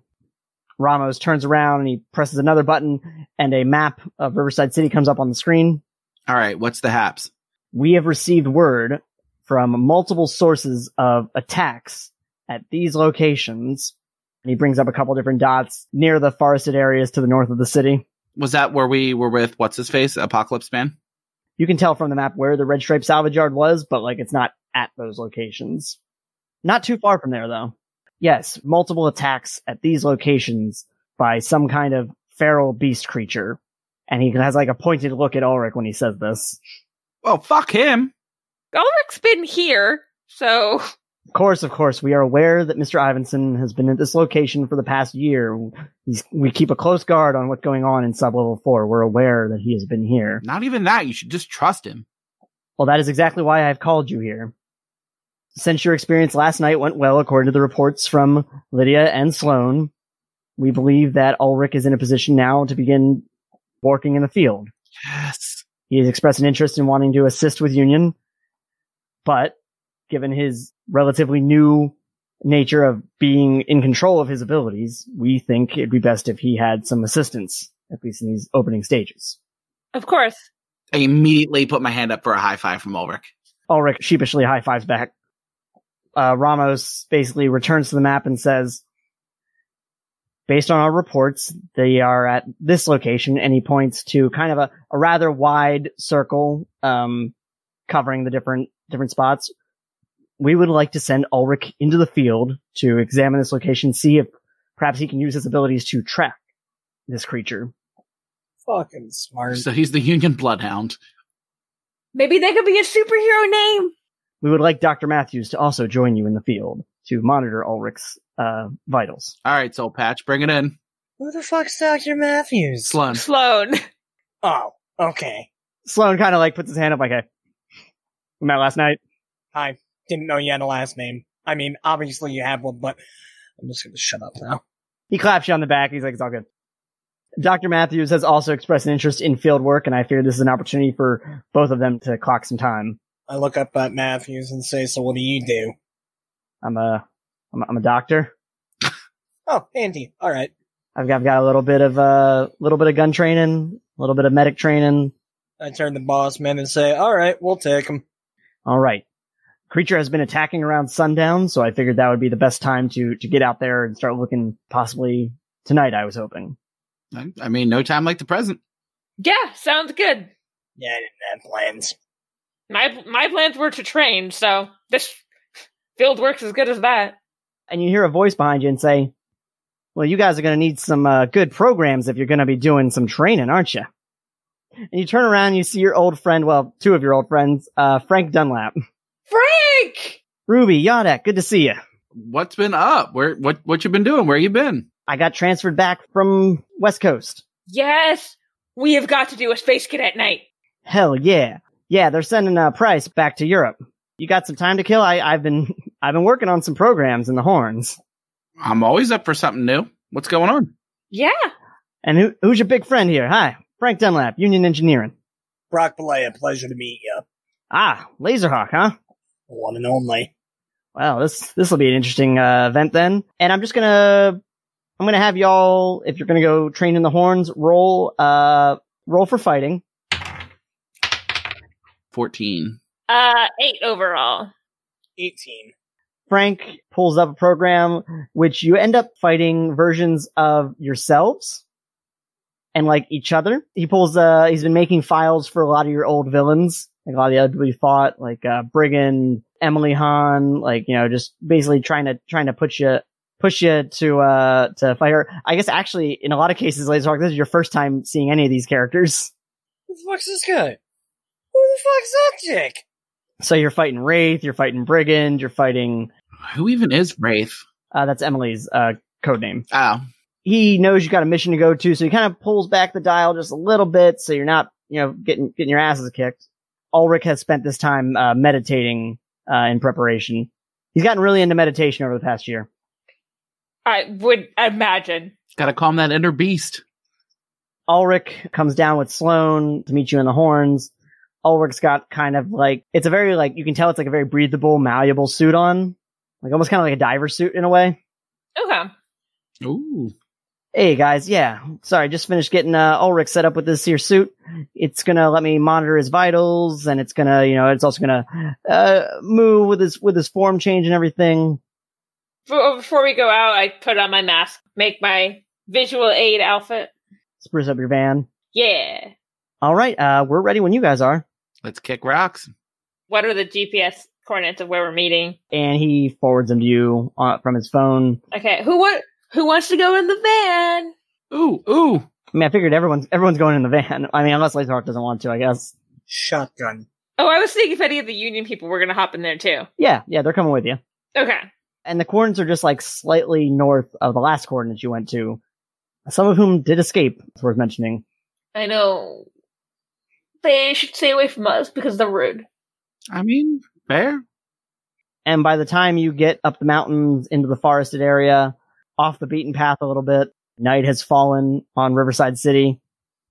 C: Ramos turns around and he presses another button, and a map of Riverside City comes up on the screen.
E: All right, what's the haps?
C: We have received word from multiple sources of attacks at these locations. And he brings up a couple different dots near the forested areas to the north of the city.
E: Was that where we were with what's his face? Apocalypse Man?
C: You can tell from the map where the Red Stripe Salvage Yard was, but like it's not at those locations. Not too far from there though. Yes, multiple attacks at these locations by some kind of feral beast creature. And he has like a pointed look at Ulrich when he says this.
E: Well, Oh, fuck him.
D: Ulrich's been here, so
C: Of course, of course, we are aware that Mr. Ivinson has been at this location for the past year. He's, we keep a close guard on what's going on in sublevel four. We're aware that he has been here.
E: Not even that. You should just trust him.
C: Well, that is exactly why I've called you here. Since your experience last night went well, according to the reports from Lydia and Sloan, we believe that Ulrich is in a position now to begin working in the field.
E: Yes.
C: He has expressed an interest in wanting to assist with Union, but given his relatively new nature of being in control of his abilities, we think it'd be best if he had some assistance, at least in these opening stages.
D: of course.
E: I immediately put my hand up for a high five from Ulrich.
C: Ulrich sheepishly high fives back. Uh, Ramos basically returns to the map and says, based on our reports, they are at this location, and he points to kind of a, a rather wide circle, um, covering the different, different spots. We would like to send Ulrich into the field to examine this location, see if perhaps he can use his abilities to track this creature.
F: Fucking smart.
E: So he's the Union Bloodhound.
D: Maybe that could be a superhero name.
C: We would like Dr. Matthews to also join you in the field to monitor Ulrich's uh, vitals.
E: All right, Soul Patch, bring it in.
F: Who the fuck's Dr. Matthews?
E: Sloan.
D: Sloan.
F: Oh, okay.
C: Sloan kind of like puts his hand up like, hey, we met last night.
F: Didn't know you had a last name. I mean, obviously you have one, but I'm just gonna shut up now.
C: He claps you on the back. He's like, it's all good. Dr. Matthews has also expressed an interest in field work, and I fear this is an opportunity for both of them to clock some time.
F: I look up at Matthews and say, so what do you do?
C: I'm a, I'm a, I'm a doctor.
F: Oh, Andy. All right.
C: I've got, I've got a little bit of a uh, little bit of gun training, a little bit of medic training.
F: I turn to boss man and say, all right, we'll take him.
C: All right. Creature has been attacking around sundown, so I figured that would be the best time to to get out there and start looking possibly tonight, I was hoping.
E: I, I mean, no time like the present.
D: Yeah, sounds good.
F: Yeah, I didn't have plans.
D: My my plans were to train, so this field works as good as that.
C: And you hear a voice behind you and say, "Well, you guys are going to need some uh, good programs if you're going to be doing some training, aren't you?" And you turn around, and you see your old friend, well, two of your old friends, uh, Frank Dunlap,
D: Frank!
C: Ruby Yadek. Good to see you.
E: What's been up? Where what what you been doing? Where you been?
C: I got transferred back from West Coast.
D: Yes, we have got to do a space cadet night.
C: Hell yeah. Yeah, they're sending uh, Price back to Europe. You got some time to kill? I, I've been I've been working on some programs in the horns.
E: I'm always up for something new. What's going on?
D: Yeah.
C: And who, who's your big friend here? Hi, Frank Dunlap, Union Engineering.
F: Brock Belaya, pleasure to meet you.
C: Ah, Laserhawk, huh?
F: One and only.
C: Wow, this this will be an interesting uh, event then. And I'm just gonna I'm gonna have y'all if you're gonna go train in the horns, roll uh roll for fighting.
E: Fourteen.
D: Uh, eight overall.
F: 18.
C: Frank pulls up a program which you end up fighting versions of yourselves and like each other. He pulls uh he's been making files for a lot of your old villains. Like a lot of the other we fought, like uh Brigand, Emily Hahn, like, you know, just basically trying to trying to put you push you to uh to fight her. I guess actually in a lot of cases, Laser Hawk, this is your first time seeing any of these characters.
F: Who the fuck's this guy? Who the fuck's that chick?
C: So you're fighting Wraith, you're fighting Brigand, you're fighting
E: Who even is Wraith?
C: uh that's Emily's uh code name.
E: Oh.
C: he knows you got a mission to go to, so he kind of pulls back the dial just a little bit, so you're not, you know, getting getting your asses kicked. Ulrich has spent this time uh, meditating uh, in preparation. He's gotten really into meditation over the past year.
D: I would imagine.
E: Gotta calm that inner beast.
C: Ulrich comes down with Sloan to meet you in the horns. Ulrich's got kind of like it's a very like you can tell it's like a very breathable, malleable suit on, like almost kind of like a diver suit in a way.
D: Okay.
E: Ooh.
C: Hey guys, yeah. Sorry, just finished getting uh, Ulrich set up with this here suit. It's gonna let me monitor his vitals, and it's gonna, you know, it's also gonna uh, move with his with his form change and everything.
D: Before, before we go out, I put on my mask, make my visual aid outfit.
C: Spruce up your van.
D: Yeah.
C: All right, uh, we're ready when you guys are.
E: Let's kick rocks.
D: What are the GPS coordinates of where we're meeting?
C: And he forwards them to you uh, from his phone.
D: Okay. Who what? Who wants to go in the van?
E: Ooh, ooh.
C: I mean, I figured everyone's everyone's going in the van. I mean, unless Laserhawk doesn't want to, I guess.
F: Shotgun.
D: Oh, I was thinking if any of the union people were going to hop in there too.
C: Yeah, yeah, they're coming with you.
D: Okay.
C: And the coordinates are just like slightly north of the last coordinates you went to. Some of whom did escape. It's worth mentioning.
D: I know. They should stay away from us because they're rude.
E: I mean, fair.
C: And by the time you get up the mountains into the forested area, off the beaten path a little bit, night has fallen on Riverside City.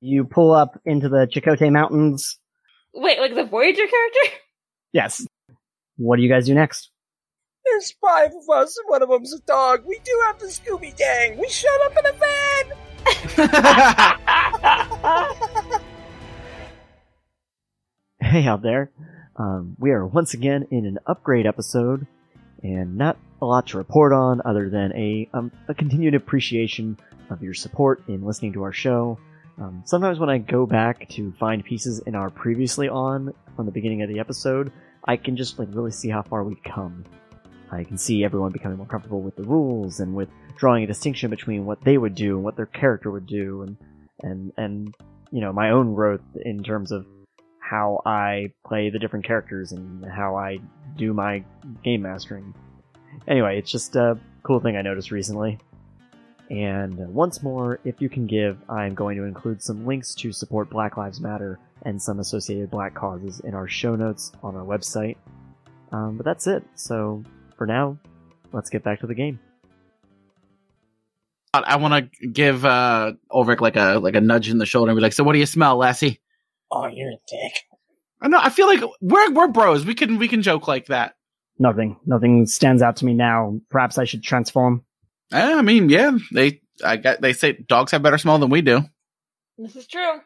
C: You pull up into the Chicote Mountains.
D: Wait, like the Voyager character?
C: Yes. What do you guys do next?
F: There's five of us, and one of them's a dog. We do have the Scooby Gang. We shut up in a van.
A: Hey out there. Um, we are once again in an upgrade episode, and not a lot to report on other than a, um, a continued appreciation of your support in listening to our show. Um, sometimes when I go back to find pieces in our previously on from the beginning of the episode, I can just like really see how far we've come. I can see everyone becoming more comfortable with the rules and with drawing a distinction between what they would do and what their character would do, and and and you know my own growth in terms of how I play the different characters and how I do my game mastering. Anyway, it's just a cool thing I noticed recently. And once more, if you can give, I am going to include some links to support Black Lives Matter and some associated black causes in our show notes on our website. Um, but that's it. So for now, let's get back to the game.
E: I, want to give uh, Ulrich like a like a nudge in the shoulder and be like, "So what do you smell, Lassie?"
F: Oh, you're a dick.
E: I know. I feel like we're we're bros. We can we can joke like that.
C: Nothing. Nothing stands out to me now. Perhaps I should transform.
E: Eh, I mean, yeah, they I got they say dogs have better smell than we do.
D: This is true.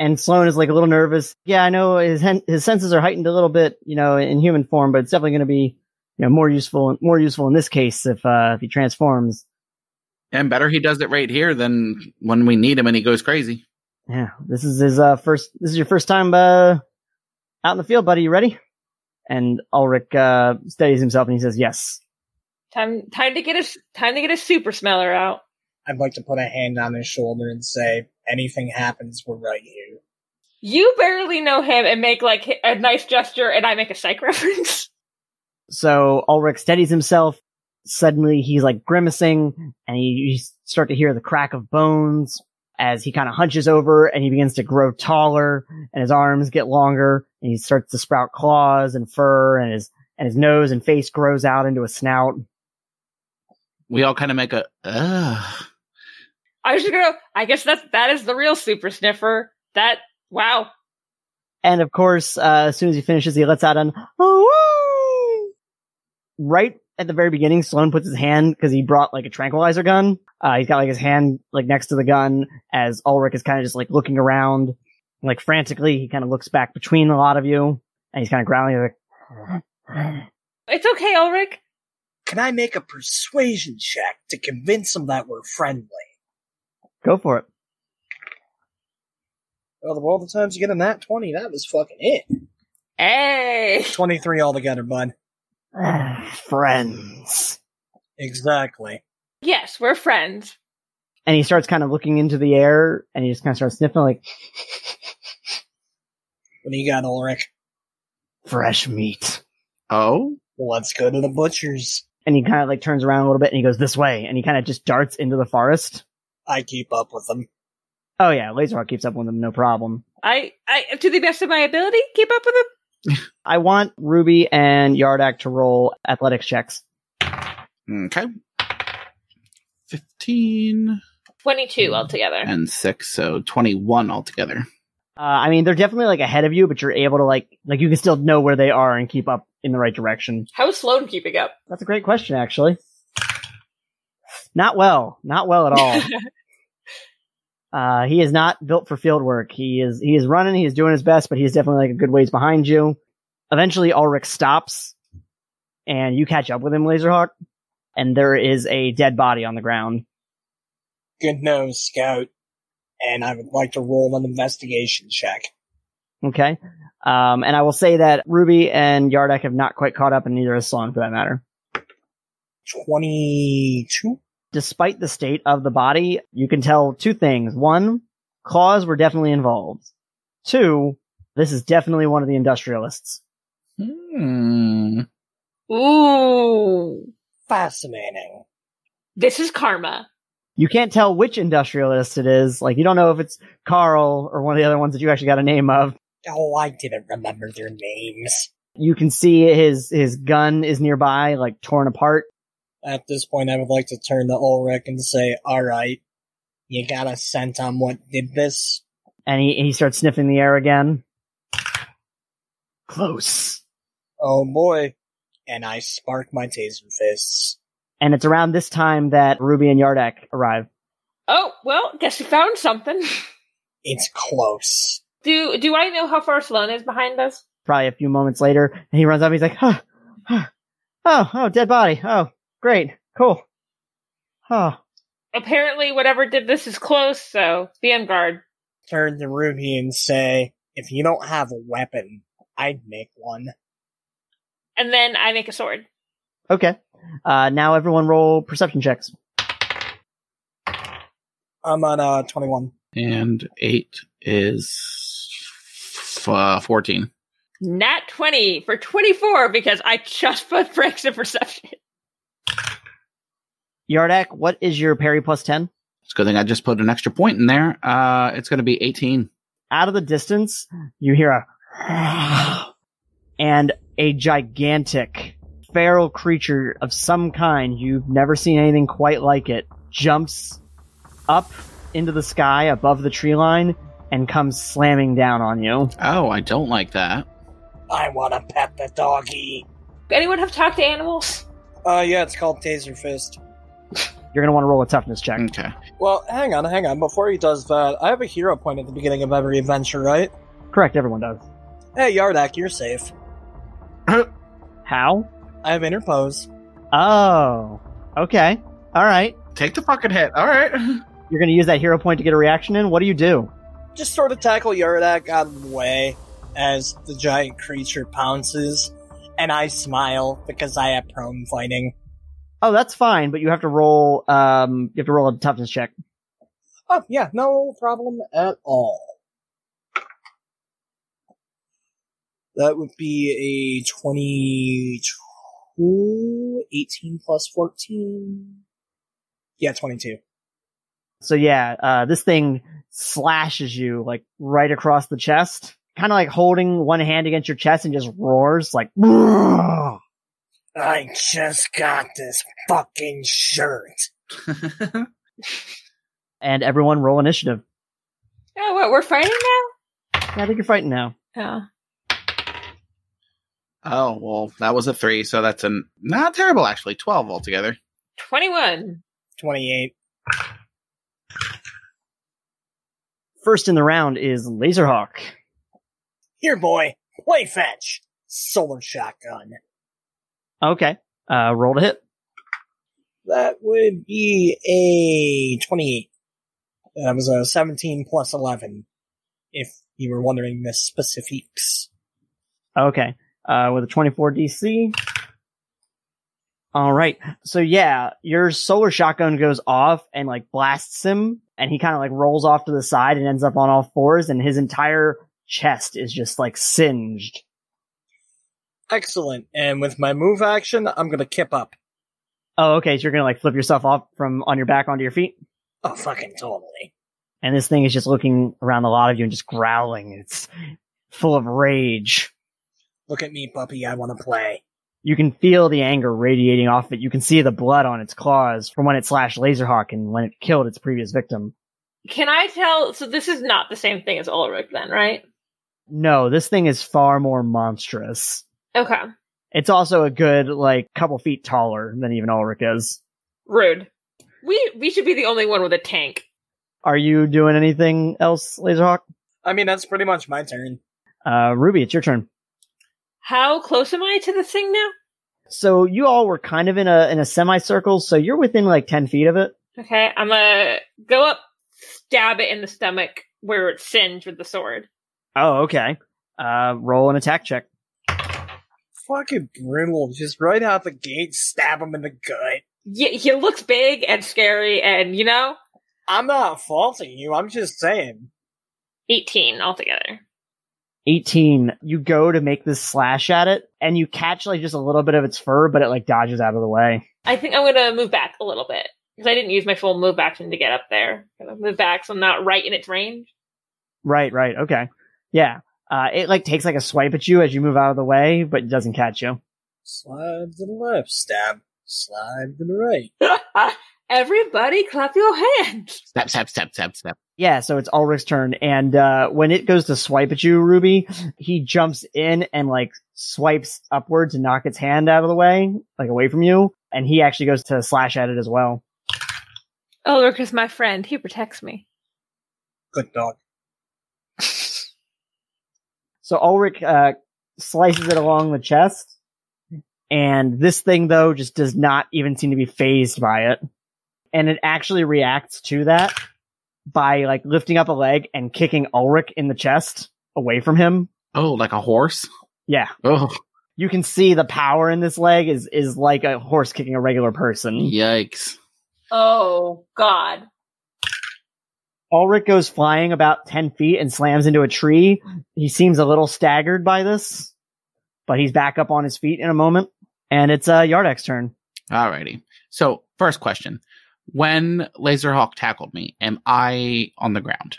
C: And Sloan is like a little nervous. Yeah, I know his hen- his senses are heightened a little bit, you know, in human form, but it's definitely going to be you know more useful more useful in this case if uh, if he transforms.
E: And better he does it right here than when we need him and he goes crazy.
C: Yeah, this is his uh, first. This is your first time uh, out in the field, buddy. You ready? And Ulrich uh, steadies himself and he says, "Yes."
D: Time time to get a time to get a super smeller out.
F: I'd like to put a hand on his shoulder and say, anything happens, we're right here.
D: You barely know him and make like a nice gesture, and I make a psych reference.
C: So Ulrich steadies himself. Suddenly, he's like grimacing, and you you start to hear the crack of bones as he kind of hunches over and he begins to grow taller, and his arms get longer, and he starts to sprout claws and fur, and his and his nose and face grows out into a snout.
E: We all kind of make a uh
D: I was just gonna. go, I guess that's that is the real super sniffer. That wow.
C: And of course, uh, as soon as he finishes, he lets out an "Ooh!" right at the very beginning. Sloan puts his hand because he brought like a tranquilizer gun. Uh, he's got like his hand like next to the gun as Ulrich is kind of just like looking around, like frantically. He kind of looks back between a lot of you, and he's kind of growling like,
D: It's okay, Ulrich.
F: Can I make a persuasion check to convince him that we're friendly?
C: "Go for it."
F: Well, of all the times you get a nat 20, that was fucking it.
D: Hey,
F: 23 altogether, bud.
C: Friends.
F: Exactly.
D: yes, we're friends.
C: And he starts kind of looking into the air, and he just kind of starts sniffing like
F: What do you got, Ulrich?
C: fresh meat.
E: oh.
F: Let's go to the butcher's.
C: And he kind of like turns around a little bit, and he goes this way, and he kind of just darts into the forest.
F: I keep up with them.
C: Oh yeah, Laserhawk keeps up with them, no problem.
D: I I to the best of my ability, keep up with him.
C: I want Ruby and Yardak to roll athletics checks.
E: Okay. Fifteen
D: Twenty-two altogether.
E: and six, so twenty-one altogether.
C: Uh, I mean, they're definitely like ahead of you, but you're able to like, like you can still know where they are and keep up in the right direction.
D: How is Sloan keeping up?
C: That's a great question, actually. Not well, not well at all. uh, he is not built for field work. He is, he is running, he is doing his best, but he's definitely like a good ways behind you. Eventually, Ulrich stops and you catch up with him, Laserhawk, and there is a dead body on the ground.
F: Good nose, Scout. And I would like to roll an investigation check.
C: Okay. Um, and I will say that Ruby and Yardak have not quite caught up, and neither has Sloan for that matter.
F: 22?
C: Despite the state of the body, you can tell two things. One, claws were definitely involved. Two, this is definitely one of the industrialists.
E: Hmm.
D: Ooh,
F: Fascinating.
D: this is karma.
C: You can't tell which industrialist it is. Like, you don't know if it's Carl or one of the other ones that you actually got a name of.
F: Oh, I didn't remember their names.
C: You can see his, his gun is nearby, like torn apart.
F: At this point, I would like to turn to Ulrich and say, alright, you got a scent on what did this?
C: And he, he starts sniffing the air again. Close.
F: Oh boy. And I spark my taser fists.
C: And it's around this time that Ruby and Yardak arrive.
D: Oh well, guess we found something.
F: It's close.
D: Do do I know how far Sloan is behind us?
C: Probably a few moments later, and he runs up. He's like, huh, huh, "Oh, oh, dead body. Oh, great, cool. Oh,
D: Apparently, whatever did this is close, so be on guard.
F: Turn to Ruby and say, if you don't have a weapon, I'd make one.
D: And then I make a sword.
C: okay. Uh, now everyone roll perception checks.
F: I'm on uh, 21.
E: and eight is f- uh, 14.
D: Nat 20 for 24 because I just put breaks in perception.
C: Yardak, what is your parry plus 10?
E: It's a good thing I just put an extra point in there. Uh, it's going to be 18.
C: Out of the distance, you hear a and a gigantic feral creature of some kind. You've never seen anything quite like it. Jumps up into the sky above the tree line and comes slamming down on you.
E: Oh, I don't like that.
F: I want to pet the doggy.
D: Anyone have talked to animals?
F: Uh, yeah, it's called Taser Fist.
C: You're going to want to roll a toughness check.
E: Okay.
F: Well, hang on, hang on. Before he does that, I have a hero point at the beginning of every adventure, right?
C: Correct, everyone does.
F: Hey, Yardak, you're safe.
C: How?
F: I have interpose.
C: Oh, okay. All right.
E: Take the fucking hit. All right.
C: You're going to use that hero point to get a reaction in. What do you do?
F: Just sort of tackle Yardak out of the way as the giant creature pounces, and I smile because I have prone fighting.
C: Oh, that's fine, but you have to roll. Um, you have to roll a toughness check.
F: Oh, yeah, no problem at all. That would be a 22, 18 plus 14. Yeah, 22.
C: So yeah, uh, this thing slashes you like right across the chest, kind of like holding one hand against your chest and just roars like. "Brrrr."
F: I just got this fucking shirt.
C: And everyone roll initiative.
D: Oh, what? We're fighting
C: Yeah, I think you're fighting now.
D: now? Oh.
E: oh, well, that was a three, so that's a not terrible, actually. 12 altogether.
D: 21.
F: 28.
C: First in the round is Laserhawk.
F: Here, boy. Play fetch. Solar shotgun.
C: Okay, uh, roll to hit.
F: That would be a 28. That was a 17 plus 11. If you were wondering the specifics.
C: Okay. Uh, with a 24 DC. All right. So yeah, your solar shotgun goes off and like blasts him and he kind of like rolls off to the side and ends up on all fours and his entire chest is just like singed.
F: Excellent. And with my move action, I'm gonna kip up.
C: Oh, okay. So you're going to like flip yourself off from on your back onto your feet.
F: Oh, fucking totally.
C: And this thing is just looking around the lot of you and just growling. It's full of rage.
F: Look at me, puppy. I wanna play.
C: You can feel the anger radiating off it. You can see the blood on its claws from when it slashed Laserhawk and when it killed its previous victim.
D: Can I tell? So this is not the same thing as Ulrich then, right?
C: No, this thing is far more monstrous.
D: Okay.
C: It's also a good, like, couple feet taller than even Ulrich is.
D: Rude. We we should be the only one with a tank.
C: Are you doing anything else, Laserhawk?
F: I mean, that's pretty much my turn.
C: Uh, Ruby, it's your turn.
D: How close am I to the thing now?
C: So you all were kind of in a in a semicircle, so you're within like ten feet of it.
D: Okay, I'm gonna go up, stab it in the stomach where it's singed with the sword.
C: Oh, okay. Uh, roll an attack check.
F: Fucking brutal. Just right out the gate, stab him in the gut.
D: Y- he looks big and scary, and you know,
F: I'm not faulting you. I'm just saying.
D: 18 altogether.
C: 18. You go to make this slash at it, and you catch like just a little bit of its fur, but it like dodges out of the way.
D: I think I'm gonna move back a little bit because I didn't use my full move action to get up there. I'm gonna move back so I'm not right in its range.
C: Right, right, okay. Yeah. Uh, it like takes like a swipe at you as you move out of the way, but it doesn't catch you.
F: Slide to the left, stab. Slide to the right.
D: Everybody, clap your hands.
E: Step, step, step, step, step.
C: Yeah, so it's Ulrich's turn, and uh, when it goes to swipe at you, Ruby, he jumps in and like swipes upward to knock its hand out of the way, like away from you, and he actually goes to slash at it as well.
D: Ulrich is Oh, my friend. He protects me.
F: Good dog.
C: So Ulrich uh, slices it along the chest, and this thing though just does not even seem to be phased by it, and it actually reacts to that by like lifting up a leg and kicking Ulrich in the chest away from him.
E: Oh, like a horse?
C: Yeah.
E: Oh,
C: you can see the power in this leg is is like a horse kicking a regular person.
E: yikes.
D: Oh God.
C: Ulrich goes flying about 10 feet and slams into a tree. He seems a little staggered by this, but he's back up on his feet in a moment. And it's uh, Yardak's turn.
E: Alrighty. So first question: When Laserhawk tackled me, am I on the ground,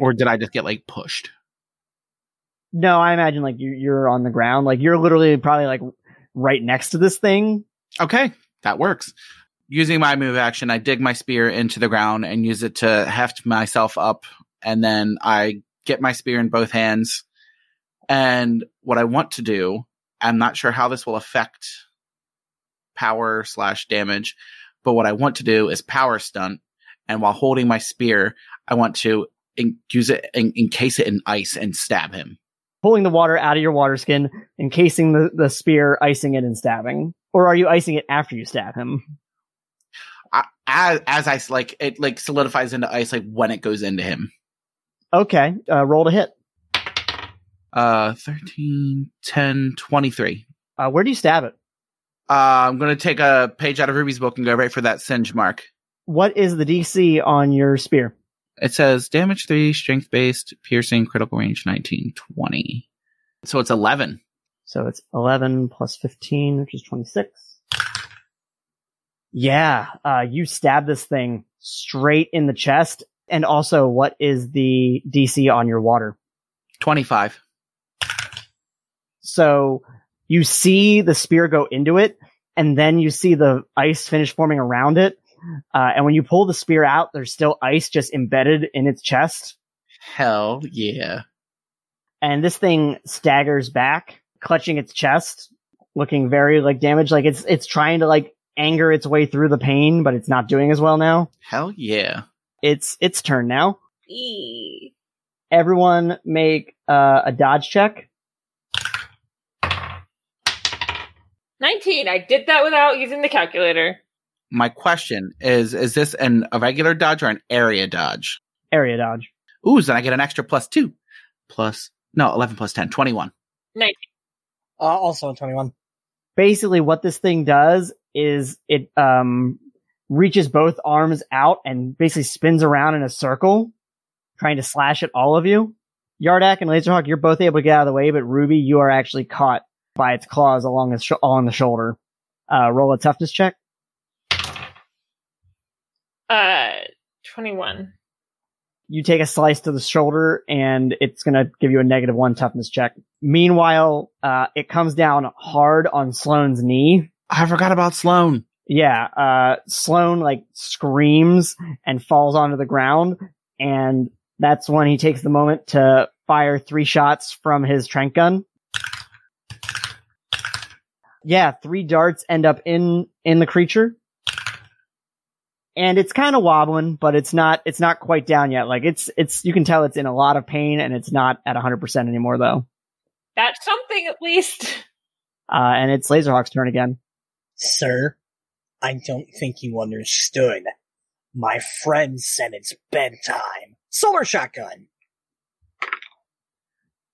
E: or did I just get like pushed?
C: No, I imagine like you- you're on the ground. Like you're literally probably like right next to this thing.
E: Okay, that works. Using my move action, I dig my spear into the ground and use it to heft myself up. And then I get my spear in both hands. And what I want to do, I'm not sure how this will affect power slash damage, but what I want to do is power stunt. And while holding my spear, I want to en- use it and encase it in ice and stab him.
C: Pulling the water out of your water skin, encasing the, the spear, icing it, and stabbing. Or are you icing it after you stab him?
E: I, as, as I s- like, it like solidifies into ice, like when it goes into him.
C: Okay, uh, roll to hit.
E: Uh, 13, 10, 23.
C: Uh, where do you stab it?
E: Uh, I'm going to take a page out of Ruby's book and go right for that singe mark.
C: What is the DC on your spear?
E: It says damage 3, strength based, piercing, critical range 19, 20. So it's 11.
C: So it's 11 plus 15, which is 26. Yeah, uh, you stab this thing straight in the chest. And also, what is the DC on your water?
E: 25.
C: So you see the spear go into it, and then you see the ice finish forming around it. Uh, and when you pull the spear out, there's still ice just embedded in its chest.
E: Hell yeah.
C: and this thing staggers back, clutching its chest, looking very like damaged. Like it's it's trying to like anger its way through the pain, but it's not doing as well now.
E: Hell yeah.
C: It's its turn now.
D: Eee.
C: Everyone make uh, a dodge check.
D: 19. I did that without using the calculator.
E: My question is Is this an, a regular dodge or an area dodge?
C: Area dodge.
E: Ooh, so then I get an extra plus 2. Plus, no, 11 plus 10, 21.
F: Uh, also a 21.
C: Basically, what this thing does is it um reaches both arms out and basically spins around in a circle, trying to slash at all of you. Yardak and Laserhawk, you're both able to get out of the way, but Ruby, you are actually caught by its claws along its sh- along the shoulder. Uh, roll a toughness check.
D: Uh, 21.
C: You take a slice to the shoulder, and it's going to give you a negative one toughness check. Meanwhile, uh, it comes down hard on Sloane's knee.
E: I forgot about Sloan.
C: Yeah, uh, Sloan like screams and falls onto the ground, and that's when he takes the moment to fire three shots from his trank gun. Yeah, three darts end up in in the creature, and it's kind of wobbling, but it's not it's not quite down yet. Like it's it's you can tell it's in a lot of pain, and it's not at hundred percent anymore though.
D: That's something at least.
C: Uh, and it's Laserhawk's turn again.
F: Sir, I don't think you understood. My friend said it's bedtime. Solar shotgun.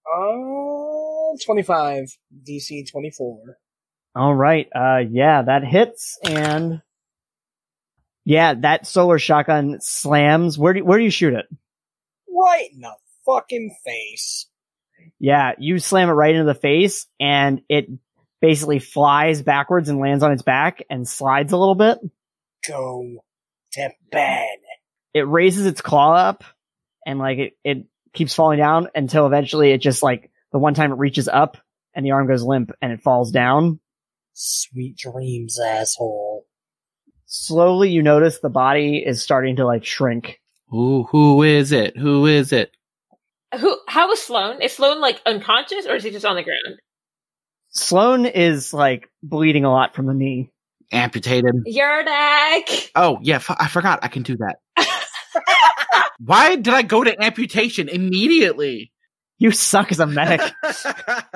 F: Uh, 25. DC 24.
C: All right. Uh, yeah, that hits and yeah, that solar shotgun slams. Where do where do you shoot it?
F: Right in the fucking face.
C: Yeah, you slam it right into the face and it basically flies backwards and lands on its back and slides a little bit.
F: Go to bed.
C: It raises its claw up and like it, it keeps falling down until eventually it just like the one time it reaches up and the arm goes limp and it falls down.
F: Sweet dreams, asshole.
C: Slowly you notice the body is starting to like shrink.
E: Who, who is it? Who is it?
D: Who? How is Sloan? Is Sloan like unconscious or is he just on the ground?
C: Sloan is like bleeding a lot from the knee.
E: Amputated.
D: Yardak!
E: Oh yeah, f- I forgot I can do that. Why did I go to amputation immediately?
C: You suck as a medic.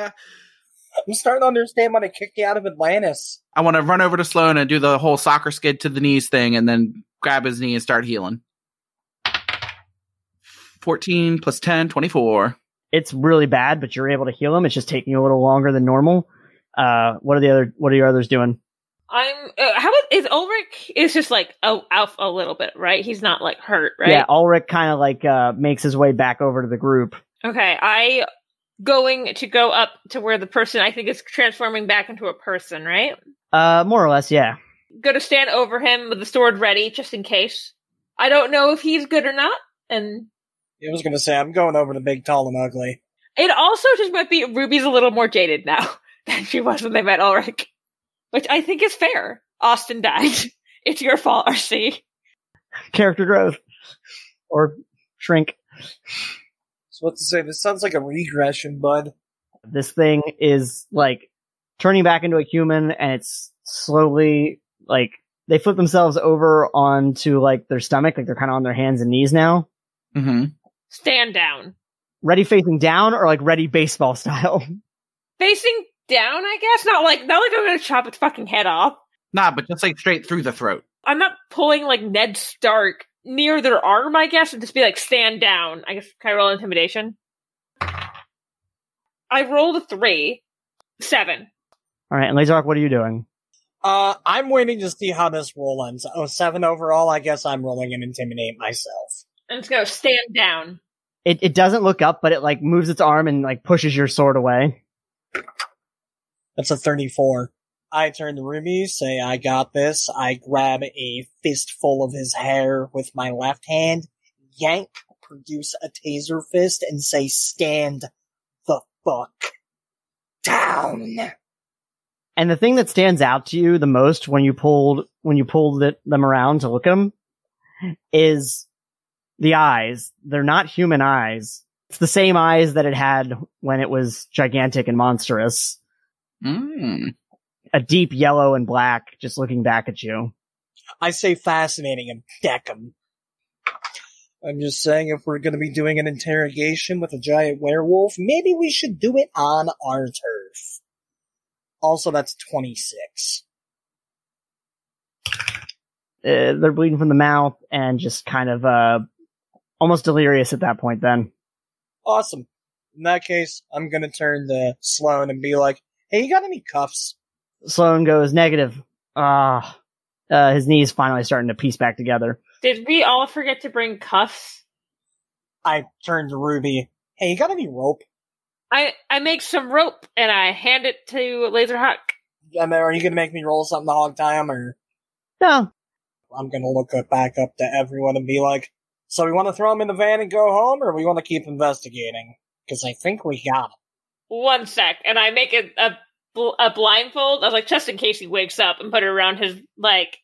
F: I'm starting to understand why they kicked you out of Atlantis.
E: I want to run over to Sloan and do the whole soccer skid to the knees thing, and then grab his knee and start healing. Fourteen plus 10, 24.
C: it's really bad, but you're able to heal him. It's just taking you a little longer than normal. Uh, what are the other? What are your others doing?
D: I'm. Uh, how about is Ulrich? Is just like oh, off a little bit, right? He's not like hurt, right?
C: Yeah, Ulrich kind of like uh, makes his way back over to the group.
D: Okay, I going to go up to where the person I think is transforming back into a person, right?
C: Uh, more or less, yeah.
D: Go to stand over him with the sword ready, just in case. I don't know if he's good or not, and
F: I was gonna say I'm going over to Big Tall and Ugly.
D: it also just might be Ruby's a little more jaded now than she was when they met Ulrich, which I think is fair. Austin died. It's your fault, RC.
C: Character growth or shrink.
F: So what to say? This sounds like a regression, bud.
C: This thing is like turning back into a human, and it's slowly like they flip themselves over onto like their stomach, like they're kind of on their hands and knees now.
E: Mm-hmm.
D: Stand down.
C: Ready facing down or like ready baseball style.
D: Facing down, I guess. Not like not like I'm gonna chop its fucking head off.
E: Nah, but just like straight through the throat.
D: I'm not pulling like Ned Stark near their arm, I guess, and just be like, stand down. I guess can I roll intimidation? I rolled a three. Seven.
C: All right, and Lazark, what are you doing?
F: Uh, I'm waiting to see how this roll ends. Oh, seven overall. I guess I'm rolling and intimidate myself.
D: And it's gonna stand down.
C: It it doesn't look up, but it like moves its arm and like pushes your sword away.
F: That's a 34. I turn to Ruby, say I got this. I grab a fistful of his hair with my left hand, yank, produce a taser fist, and say, stand the fuck down.
C: And the thing that stands out to you the most when you pulled when you pulled it, them around to look at them is the eyes. They're not human eyes. It's the same eyes that it had when it was gigantic and monstrous.
E: Mm.
C: A deep yellow and black, just looking back at you.
F: I say fascinating and deck him. I'm just saying if we're gonna be doing an interrogation with a giant werewolf, maybe we should do it on our turf. Also, that's 26.
C: Uh, they're bleeding from the mouth and just kind of uh, almost delirious at that point. Then
F: Awesome. In that case, I'm gonna turn to Sloan and be like, hey, you got any cuffs?
C: Sloan goes negative. Ah, uh, his knees finally starting to piece back together.
D: Did we all forget to bring cuffs?
F: I turn to Ruby. Hey, you got any rope?
D: I I make some rope and I hand it to Laserhawk.
F: I mean, are you gonna make me roll something to hog tie him or
C: No,
F: I'm gonna look up- back up to everyone and be like, "So we want to throw him in the van and go home, or we want to keep investigating? Because I think we got him."
D: One sec, and I make a a, bl- a blindfold. I was like, just in case he wakes up, and put it around his like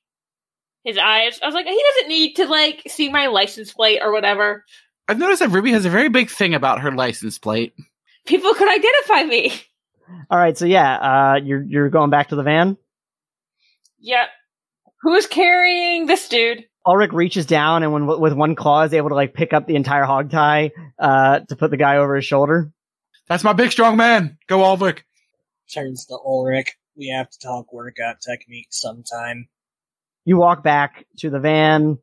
D: his eyes. I was like, he doesn't need to like see my license plate or whatever.
E: I've noticed that Ruby has a very big thing about her license plate.
D: People could identify me.
C: All right, so yeah, uh, you're you're going back to the van.
D: Yep. Who's carrying this dude?
C: Ulrich reaches down and when, with one claw is able to like pick up the entire hog tie uh, to put the guy over his shoulder.
E: That's my big strong man. Go Alvik.
F: Turns to Ulrich. We have to talk workout technique sometime.
C: You walk back to the van.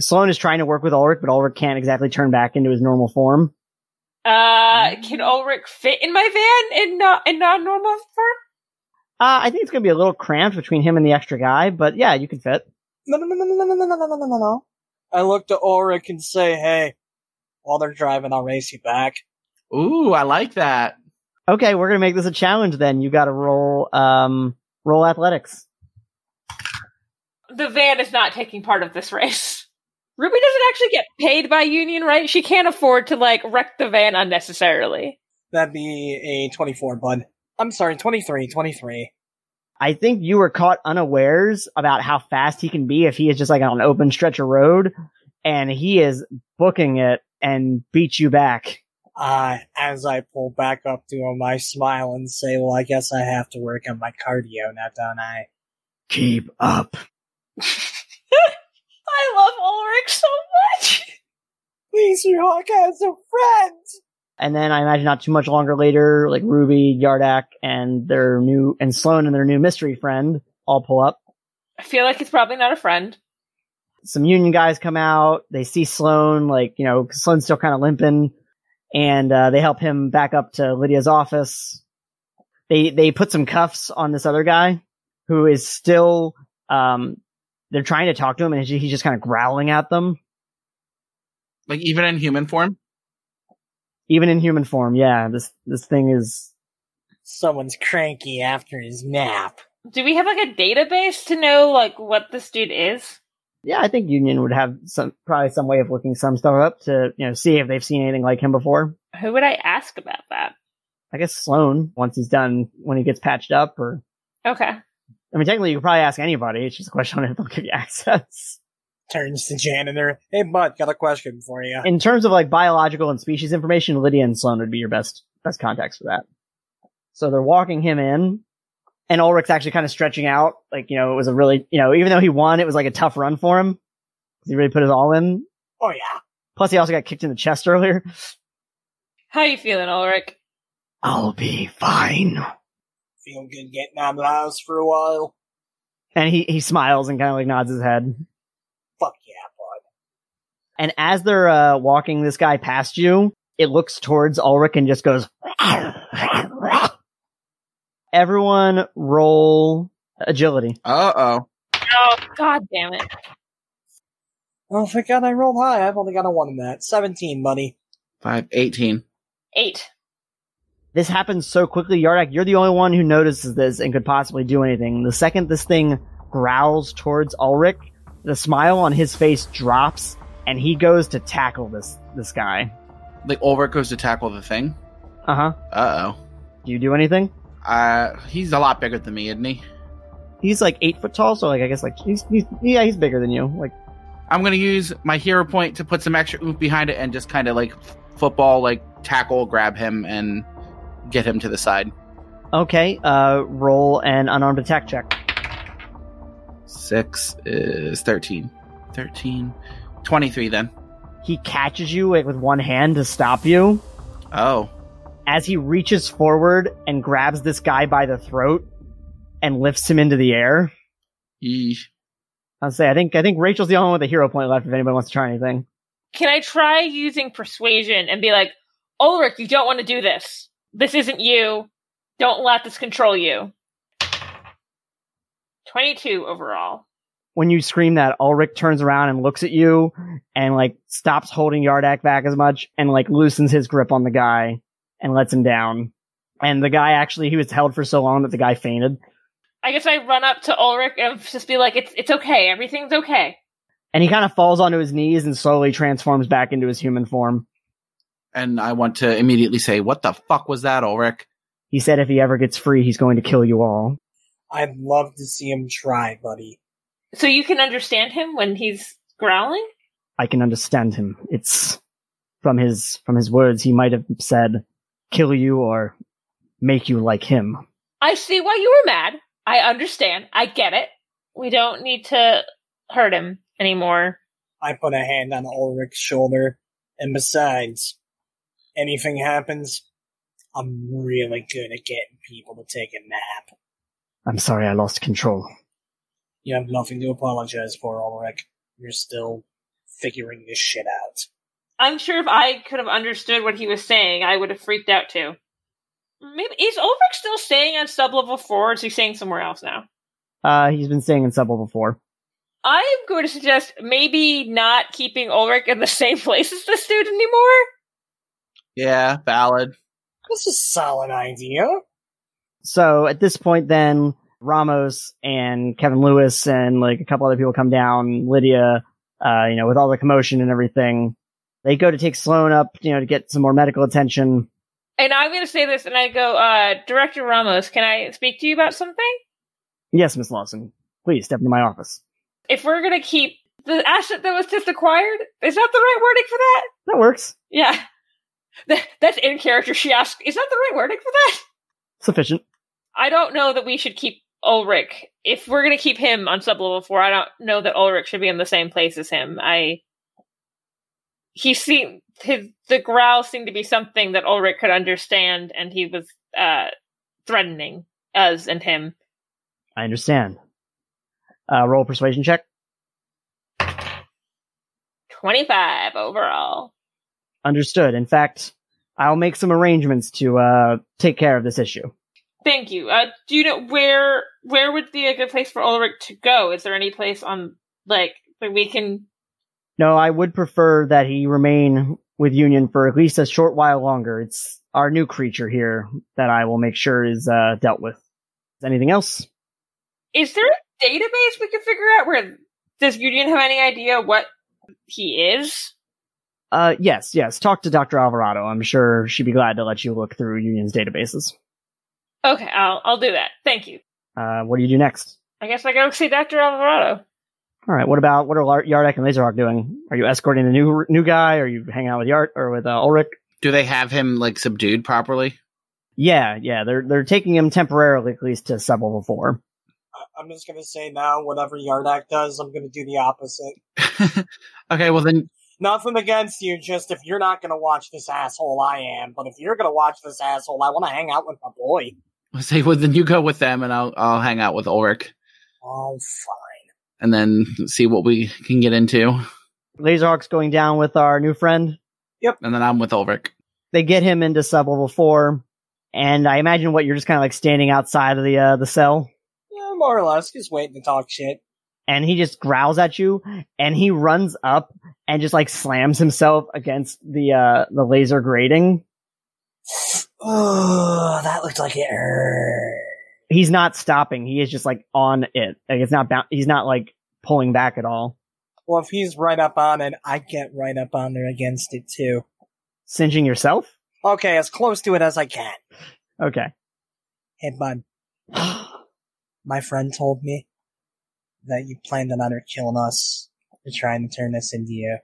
C: Sloan is trying to work with Ulrich, but Ulrich can't exactly turn back into his normal form.
D: Uh, can Ulrich fit in my van in not in non normal form?
C: Uh, I think it's going to be a little cramped between him and the extra guy, but yeah, you can fit.
F: No, no, no, no, no, no, no, no, no, no, no, no, no. I look to Ulrich and say, "Hey, while they're driving, I'll race you back."
E: Ooh, I like that.
C: Okay, we're going to make this a challenge then. You got to roll um roll athletics.
D: The van is not taking part of this race. Ruby doesn't actually get paid by Union, right? She can't afford to like wreck the van unnecessarily.
F: That'd be a 24, bud. I'm sorry, 23, 23.
C: I think you were caught unawares about how fast he can be if he is just like on an open stretch of road and he is booking it and beats you back.
F: Uh, as I pull back up to him, I smile and say, "Well, I guess I have to work on my cardio now, don't I?"
C: Keep up.
D: I love Ulrich so much.
F: Laser Hawk has a friend.
C: And then I imagine not too much longer later, like Ruby, Yardak, and their new and Sloan and their new mystery friend all pull up.
D: I feel like it's probably not a friend.
C: Some Union guys come out. They see Sloan, like you know, 'cause Sloan's still kind of limping, and uh, they help him back up to Lydia's office. They they put some cuffs on this other guy who is still um they're trying to talk to him and he's he's just kind of growling at them
E: Like even in human form.
C: even in human form yeah this this thing is
H: Someone's cranky after his nap.
D: Do we have like a database to know like what this dude is?
C: yeah i think union would have some probably some way of looking some stuff up to you know see if they've seen anything like him before
D: Who would I ask about that?
C: i guess sloan once he's done when he gets patched up or
D: Okay.
C: i mean technically you could probably ask anybody it's just a question on if they'll give you access
F: Turns to janitor. Hey, bud, got a question for you.
C: in terms of like biological and species information, Lydia and Sloan would be your best best contacts for that. So they're walking him in, and Ulrich's actually kind of stretching out. Like you know, it was a really you know, even though he won, it was like a tough run for him 'Cause he really put his all in.
H: Oh yeah.
C: Plus, he also got kicked in the chest earlier.
D: How you feeling, Ulrich?
C: I'll be fine.
H: Feel good getting out of the house for a while.
C: And he he smiles and kind of like nods his head.
H: Fuck yeah, bud.
C: And as they're uh, walking this guy past you, it looks towards Ulrich and just goes. Everyone roll agility.
E: Uh oh.
D: Oh, god damn it.
F: Oh, thank God I rolled high. I've only got a one in that. 17, buddy.
E: Five eighteen.
D: Eight.
C: This happens so quickly, Yardak, you're the only one who notices this and could possibly do anything. The second this thing growls towards Ulrich, the smile on his face drops and he goes to tackle this this guy.
E: Like Ulrich goes to tackle the thing.
C: Uh-huh.
E: Uh
C: Do you do anything?
E: oh. Uh he's a lot bigger than me, isn't he?
C: He's like eight foot tall, so like I guess like he's, he's yeah, he's bigger than you. Like
E: I'm gonna use my hero point to put some extra oomph behind it and just kind of like f- football, like tackle, grab him, and get him to the side.
C: okay, uh roll an unarmed attack check.
E: Six is 13. 13. 23 then.
C: He catches you like with one hand to stop you.
E: Oh.
C: as he reaches forward and grabs this guy by the throat and lifts him into the air.
E: Yeesh.
C: I'll say I think I think Rachel's the only one with a hero point left if anybody wants to try anything.
D: Can I try using persuasion and be like, Ulrich, you don't want to do this. This isn't you. Don't let this control you. 22 overall.
C: When you scream that, Ulrich turns around and looks at you and like stops holding Yardak back as much and like loosens his grip on the guy and lets him down. And the guy actually he was held for so long that the guy fainted.
D: I guess I run up to Ulrich and just be like, it's it's okay. Everything's okay.
C: And he kind of falls onto his knees and slowly transforms back into his human form.
E: And I want to immediately say, what the fuck was that, Ulrich?
C: He said if he ever gets free, he's going to kill you all.
F: I'd love to see him try, buddy.
D: So you can understand him when he's growling?
C: I can understand him. It's from his from his words he might have said kill you or make you like him.
D: I see why you were mad. I understand. I get it. We don't need to hurt him anymore.
F: I put a hand on Ulrich's shoulder. And besides, anything happens, I'm really good at getting people to take a nap.
C: I'm sorry I lost control.
F: You have nothing to apologize for, Ulrich. You're still figuring this shit out.
D: I'm sure if I could have understood what he was saying, I would have freaked out too. Maybe is Ulrich still staying on sub level four, or is he staying somewhere else now?
C: Uh he's been staying in Subwell before.
D: I'm going to suggest maybe not keeping Ulrich in the same place as this dude anymore.
E: Yeah, valid.
F: This is a solid idea.
C: So at this point then Ramos and Kevin Lewis and like a couple other people come down, Lydia, uh, you know, with all the commotion and everything. They go to take Sloan up, you know, to get some more medical attention.
D: And I'm going to say this, and I go, uh, Director Ramos, can I speak to you about something?
C: Yes, Miss Lawson. Please step into my office.
D: If we're going to keep the asset that was just acquired, is that the right wording for that?
C: That works.
D: Yeah. That, that's in character. She asked, is that the right wording for that?
C: Sufficient.
D: I don't know that we should keep Ulrich. If we're going to keep him on sub level four, I don't know that Ulrich should be in the same place as him. I. He seemed. His, the growl seemed to be something that Ulrich could understand, and he was uh, threatening us and him.
C: I understand. Uh, roll persuasion check.
D: 25 overall.
C: Understood. In fact, I'll make some arrangements to uh, take care of this issue.
D: Thank you. Uh, do you know where where would be a good place for Ulrich to go? Is there any place on like that we can?
C: No, I would prefer that he remain with Union for at least a short while longer. It's our new creature here that I will make sure is uh, dealt with. Anything else?
D: Is there a database we can figure out where? Does Union have any idea what he is?
C: Uh, yes, yes. Talk to Dr. Alvarado. I'm sure she'd be glad to let you look through Union's databases.
D: Okay, I'll I'll do that. Thank you.
C: Uh, what do you do next?
D: I guess I go see Doctor Alvarado.
C: All right. What about what are Lar- Yardak and Laserhawk doing? Are you escorting the new new guy? Are you hanging out with Yard or with uh, Ulrich?
E: Do they have him like subdued properly?
C: Yeah, yeah. They're they're taking him temporarily at least to sublevel four.
F: I'm just gonna say now, whatever Yardak does, I'm gonna do the opposite.
E: okay, well then
F: Nothing against you, just if you're not gonna watch this asshole, I am. But if you're gonna watch this asshole, I want to hang out with my boy.
E: I'll say well then you go with them and I'll I'll hang out with Ulrich
F: Oh, fine.
E: and then see what we can get into.
C: Laserhawk's going down with our new friend.
E: And then I'm with Ulrich.
C: They get him into sublevel four, and I imagine what you're just kind of like standing outside of the uh, the cell,
F: Yeah, more or less, just waiting to talk shit.
C: and he just growls at you, and he runs up and just like slams himself against the uh, the laser grating.
H: Oh, that looked like it hurt.
C: He's not stopping. He is just like on it. Like it's not. Bou- he's not like pulling back at all.
F: Well, if he's right up on it, I get right up on there against it too.
C: Singeing yourself.
F: Okay, as close to it as I can.
C: Okay.
F: Hey, bud. My friend told me that you planned on her killing us and trying to turn us into you.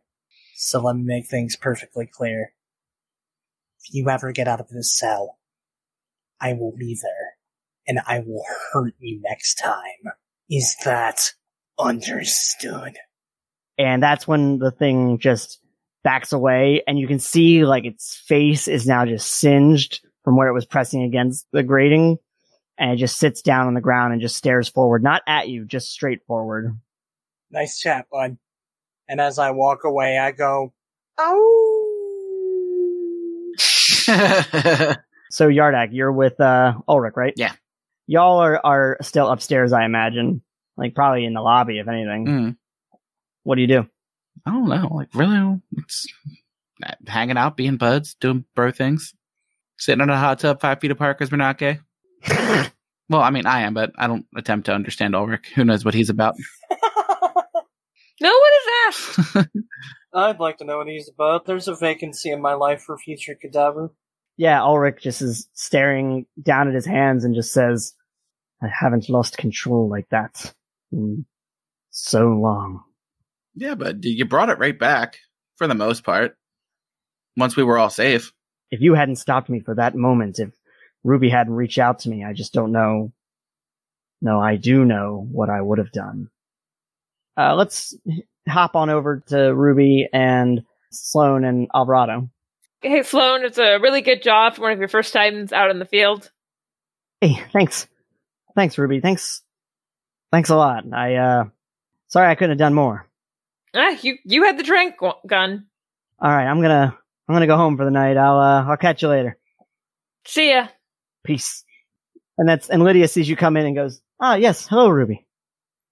F: So let me make things perfectly clear. If you ever get out of this cell, I will be there and I will hurt you next time. Is that understood?
C: and that's when the thing just backs away and you can see like its face is now just singed from where it was pressing against the grating and it just sits down on the ground and just stares forward not at you just straight forward
F: Nice chat, bud. And as I walk away, I go, Oh!
E: Hmm,
C: so yardak you're with uh ulrich right
E: Yeah.
C: y'all are are still upstairs i imagine like probably in the lobby if anything
E: Hmm.
C: what do you do
E: I don't know. Like, really? It's uh, hanging out, being buds, doing bro things, sitting in a hot tub five feet apart because we're not gay. well, I mean, I am, but I don't attempt to understand Ulrich. Who knows what he's about?
D: No one has asked.
F: I'd like to know what he's about. There's a vacancy in my life for future cadaver.
C: yeah ulrich just is staring down at his hands and just says i haven't lost control like that in so long
E: yeah, but you brought it right back for the most part. Once we were all safe.
C: if you hadn't stopped me for that moment, if Ruby hadn't reached out to me, I just don't know. No, I do know what I would have done. Uh, let's hop on over to Ruby and Sloan and Alvarado.
D: Hey, Sloan, it's a really good job for one of your first times out in the field.
C: Hey, thanks. Thanks, Ruby. Thanks. Thanks a lot. I, uh, sorry I couldn't have done more.
D: Ah, you you had the drink gu- gun.
C: All right. I'm gonna, I'm gonna go home for the night. I'll, uh, I'll catch you later.
D: See ya.
C: Peace. And that's, and Lydia sees you come in and goes, ah, yes. Hello, Ruby.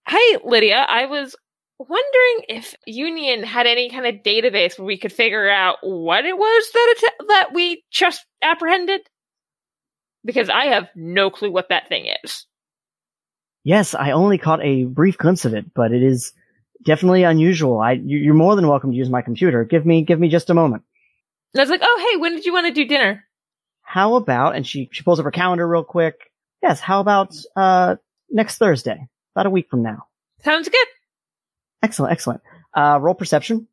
D: Hey, Lydia, I was wondering if Union had any kind of database where we could figure out what it was that it, that we just apprehended, because I have no clue what that thing is.
C: Yes, I only caught a brief glimpse of it, but it is definitely unusual. I, you- you're more than welcome to use my computer. Give me, give me just a moment.
D: And I was like, oh, hey, when did you want to do dinner?
C: How about? And she she pulls up her calendar real quick. Yes, how about uh next Thursday, about a week from now?
D: Sounds good.
C: Excellent, excellent. Uh, roll perception.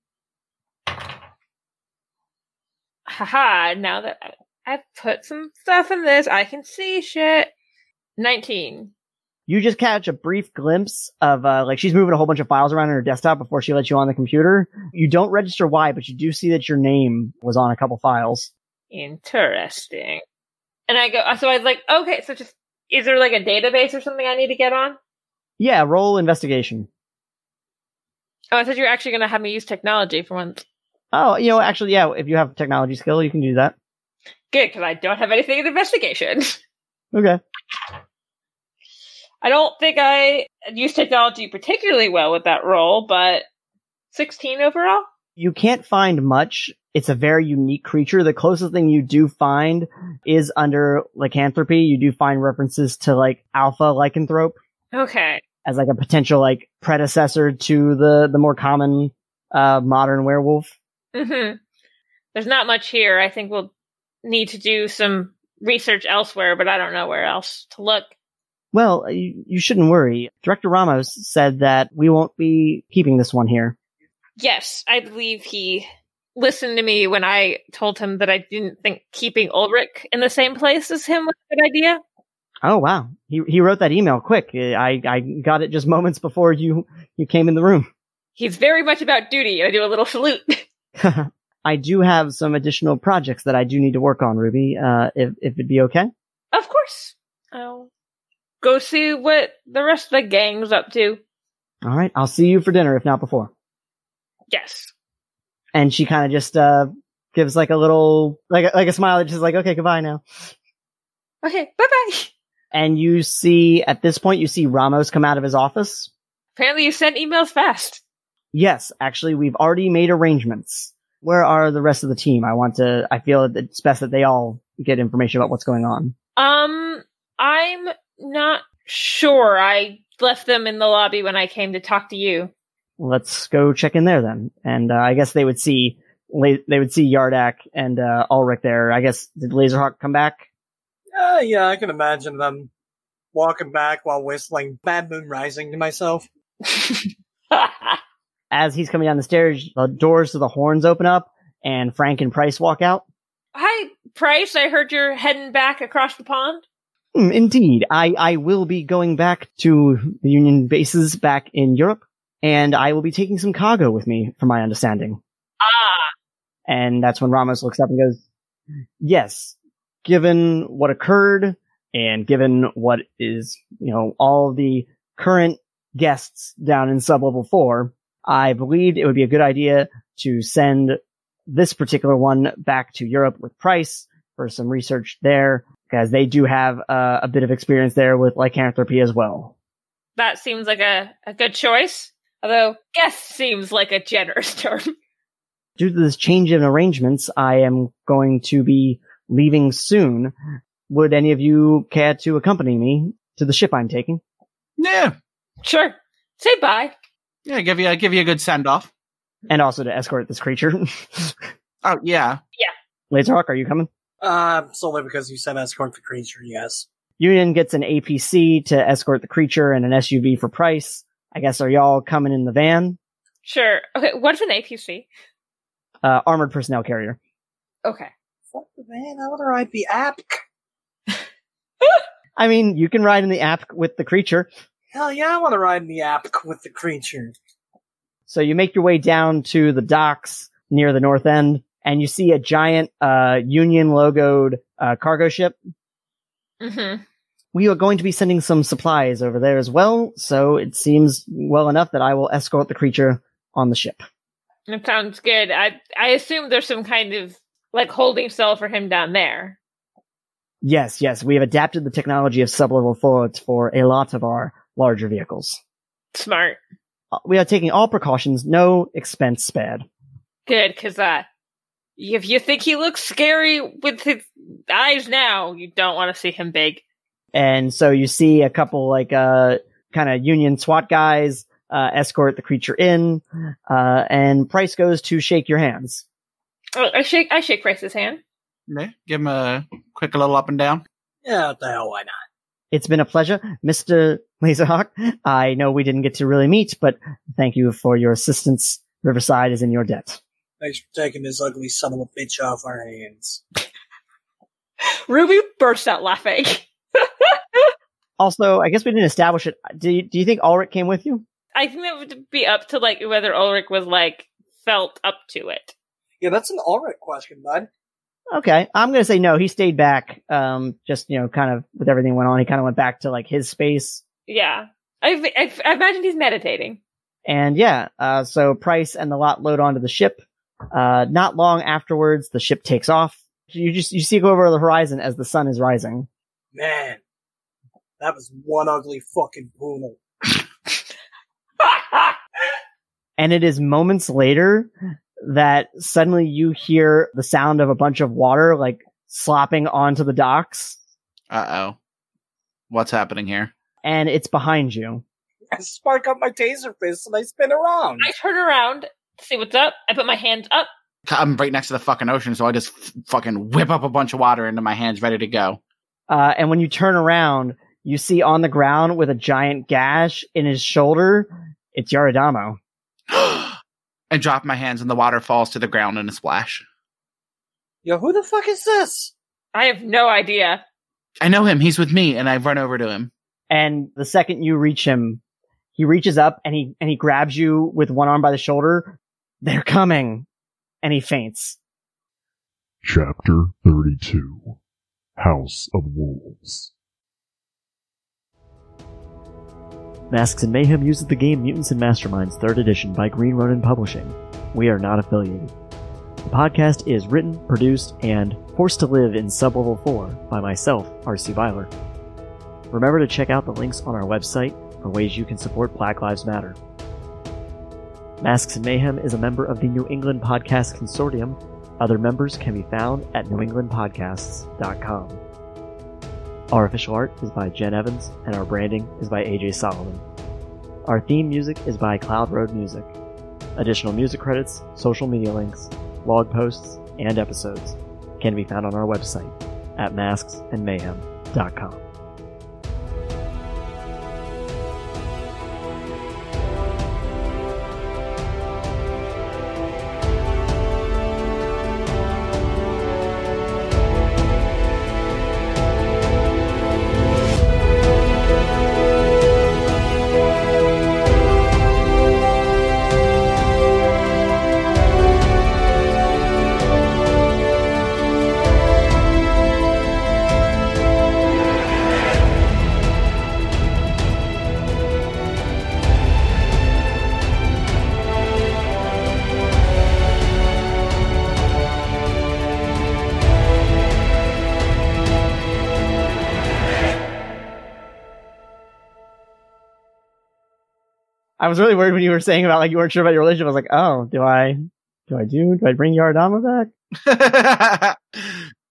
D: Haha, now that I- I've put some stuff in this, I can see shit. 19.
C: You just catch a brief glimpse of uh, like she's moving a whole bunch of files around on her desktop before she lets you on the computer. You don't register why, but you do see that your name was on a couple files.
D: Interesting. And I go, uh, so I was like, okay, so just, is there like a database or something I need to get on?
C: Yeah, roll investigation.
D: Oh, I thought you were actually going to have me use technology for once.
C: Oh, you know, actually, yeah, if you have technology skill, you can do that.
D: Good, because I don't have anything in investigation.
C: Okay.
D: I don't think I use technology particularly well with that roll, but 16 overall?
C: You can't find much. It's a very unique creature. The closest thing you do find is under lycanthropy. You do find references to like alpha lycanthrope
D: Okay.
C: as like a potential like predecessor to the, the more common, uh, modern werewolf.
D: hmm There's not much here. I think we'll need to do some research elsewhere, but I don't know where else to look.
C: Well, you, you shouldn't worry. Director Ramos said that we won't be keeping this one here.
D: Yes, I believe he listened to me when I told him that I didn't think keeping Ulrich in the same place as him was a good idea.
C: Oh wow, he he wrote that email quick. I I got it just moments before you you came in the room.
D: He's very much about duty, and I do a little salute.
C: I do have some additional projects that I do need to work on, Ruby. Uh, if if it'd be okay.
D: of course. I'll go see what the rest of the gang's up to.
C: All right, I'll see you for dinner, if not before.
D: Yes.
C: And she kind of just uh gives like a little like a- like a smile. It's just like okay, goodbye now.
D: Okay, bye bye.
C: And you see at this point you see Ramos come out of his office.
D: Apparently, you sent emails fast.
C: Yes, actually, we've already made arrangements. Where are the rest of the team? I want to. I feel that it's best that they all get information about what's going on.
D: Um, I'm not sure. I left them in the lobby when I came to talk to you.
C: let's go check in there then. And uh, I guess they would see la- they would see Yardak and uh, Ulrich there. I guess did Laserhawk come back?
F: Uh, yeah, I can imagine them walking back while whistling Bad Moon Rising to myself.
C: As he's coming down the stairs, the doors to the horns open up, and Frank and Price walk out.
D: Hi, Price. I heard you're heading back across the pond.
C: Hmm, indeed, I I will be going back to the Union bases back in Europe, and I will be taking some cargo with me, from my understanding.
D: Ah,
C: And that's when Ramos looks up and goes, Yes, given what occurred and given what is, you know, all the current guests down in sublevel four, I believed it would be a good idea to send this particular one back to Europe with Price for some research there, because they do have uh, a bit of experience there with lycanthropy as well.
D: that seems like a, a good choice. Although, guess seems like a generous term.
C: due to this change in arrangements, I am going to be leaving soon. Would any of you care to accompany me to the ship I'm taking?
E: Yeah,
D: Sure. Say bye.
E: yeah. Give you, give you a good send off.
C: And also to escort this creature.
E: Oh yeah.
C: Laserhawk, are you coming?
F: Uh, solely because you said escort the creature, yes.
C: Union gets an APC to escort the creature and an SUV for price. I guess are y'all coming in the van?
D: Sure. Okay, what's an APC?
C: Uh, armored personnel carrier.
D: Okay.
F: What the man? How would I ride the app?
C: I mean, you can ride in the app with the creature.
F: Hell yeah, I want to ride in the app with the creature.
C: So you make your way down to the docks near the north end and you see a giant, uh, Union logoed, uh, cargo ship
D: Mm-hmm.
C: We are going to be sending some supplies over there as well, so it seems well enough that I will escort the creature on the ship.
D: That sounds good. I I assume there's some kind of like holding cell for him down there.
C: Yes, yes, we have adapted the technology of sublevel forwards for a lot of our larger vehicles.
D: Smart.
C: Uh, We are taking all precautions, no expense spared.
D: Good, because uh, if you think he looks scary with his eyes now, you don't want to see him big.
C: And so you see a couple like uh kind of union SWAT guys uh escort the creature in, uh and Price goes to shake your hands.
D: Oh, I shake I shake Price's hand.
E: yeah. Give him a quick little up and down.
F: Yeah, what the hell, why not?
C: It's been a pleasure, Mr. Laserhawk. I know we didn't get to really meet, but thank you for your assistance. Riverside is in your debt.
F: Thanks for taking this ugly son of a bitch off our hands.
D: Ruby bursts out laughing.
C: Also, I guess we didn't establish it. Do you, do you think Ulrich came with you?
D: I think that would be up to like whether Ulrich was like felt up to it.
F: Yeah, that's an alright question, bud.
C: Okay, I'm gonna say no. He stayed back. Um, just you know, kind of with everything went on, he kind of went back to like his space.
D: Yeah, I, I, I imagine he's meditating.
C: And yeah, uh, so Price and the lot load onto the ship. Uh, not long afterwards, the ship takes off. You just you see it go over the horizon as the sun is rising.
F: Man, That was one ugly fucking poodle.
C: And it is moments later that suddenly you hear the sound of a bunch of water like slopping onto the docks
E: Uh oh. What's happening here?
C: and it's behind you.
F: I spark up my taser fist and I spin around.
D: I turn around to see what's up. I put my hands up.
E: I'm right next to the fucking ocean, so I just f- fucking whip up a bunch of water into my hands, ready to go.
C: Uh, and when you turn around, you see on the ground with a giant gash in his shoulder, it's Yaradamo.
E: and drop my hands, and the water falls to the ground in a splash.
F: Yo, who the fuck is this?
D: I have no idea.
E: I know him. He's with me, and I run over to him.
C: And the second you reach him, he reaches up and he and he grabs you with one arm by the shoulder. They're coming, and he faints.
B: Chapter 32 House of Wolves.
A: Masks and Mayhem uses the game Mutants and Masterminds 3rd Edition by Green Ronin Publishing. We are not affiliated. The podcast is written, produced, and forced to live in Sublevel 4 by myself, RC Viler. Remember to check out the links on our website for ways you can support Black Lives Matter. Masks and Mayhem is a member of the New England Podcast Consortium. Other members can be found at newenglandpodcasts.com. Our official art is by Jen Evans, and our branding is by AJ Solomon. Our theme music is by Cloud Road Music. Additional music credits, social media links, blog posts, and episodes can be found on our website at masksandmayhem.com.
C: I was really worried when you were saying about like you weren't sure about your relationship. I was like, oh, do I do I do do I bring Yaradama back?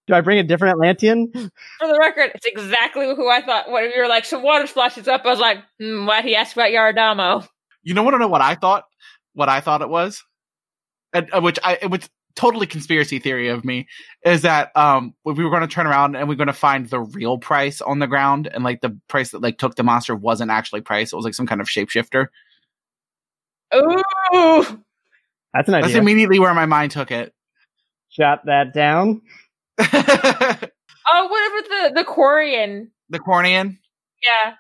C: Do I bring a different Atlantean?
D: For the record, it's exactly who I thought. When you were like, some water splashes up, I was like, hmm, why'd he ask about Yaradamo?
E: you know, want to know what I thought? What I thought it was, and, uh, which I which totally conspiracy theory of me is that um we were going to turn around and we are going to find the real price on the ground and like the price that like took the monster wasn't actually price it was like some kind of shapeshifter
D: Ooh.
C: That's an
E: that's
C: idea.
E: immediately where my mind took it
C: Jot that down.
E: the
D: Oh, whatever the, the Quarian.
E: cornean
D: Yeah.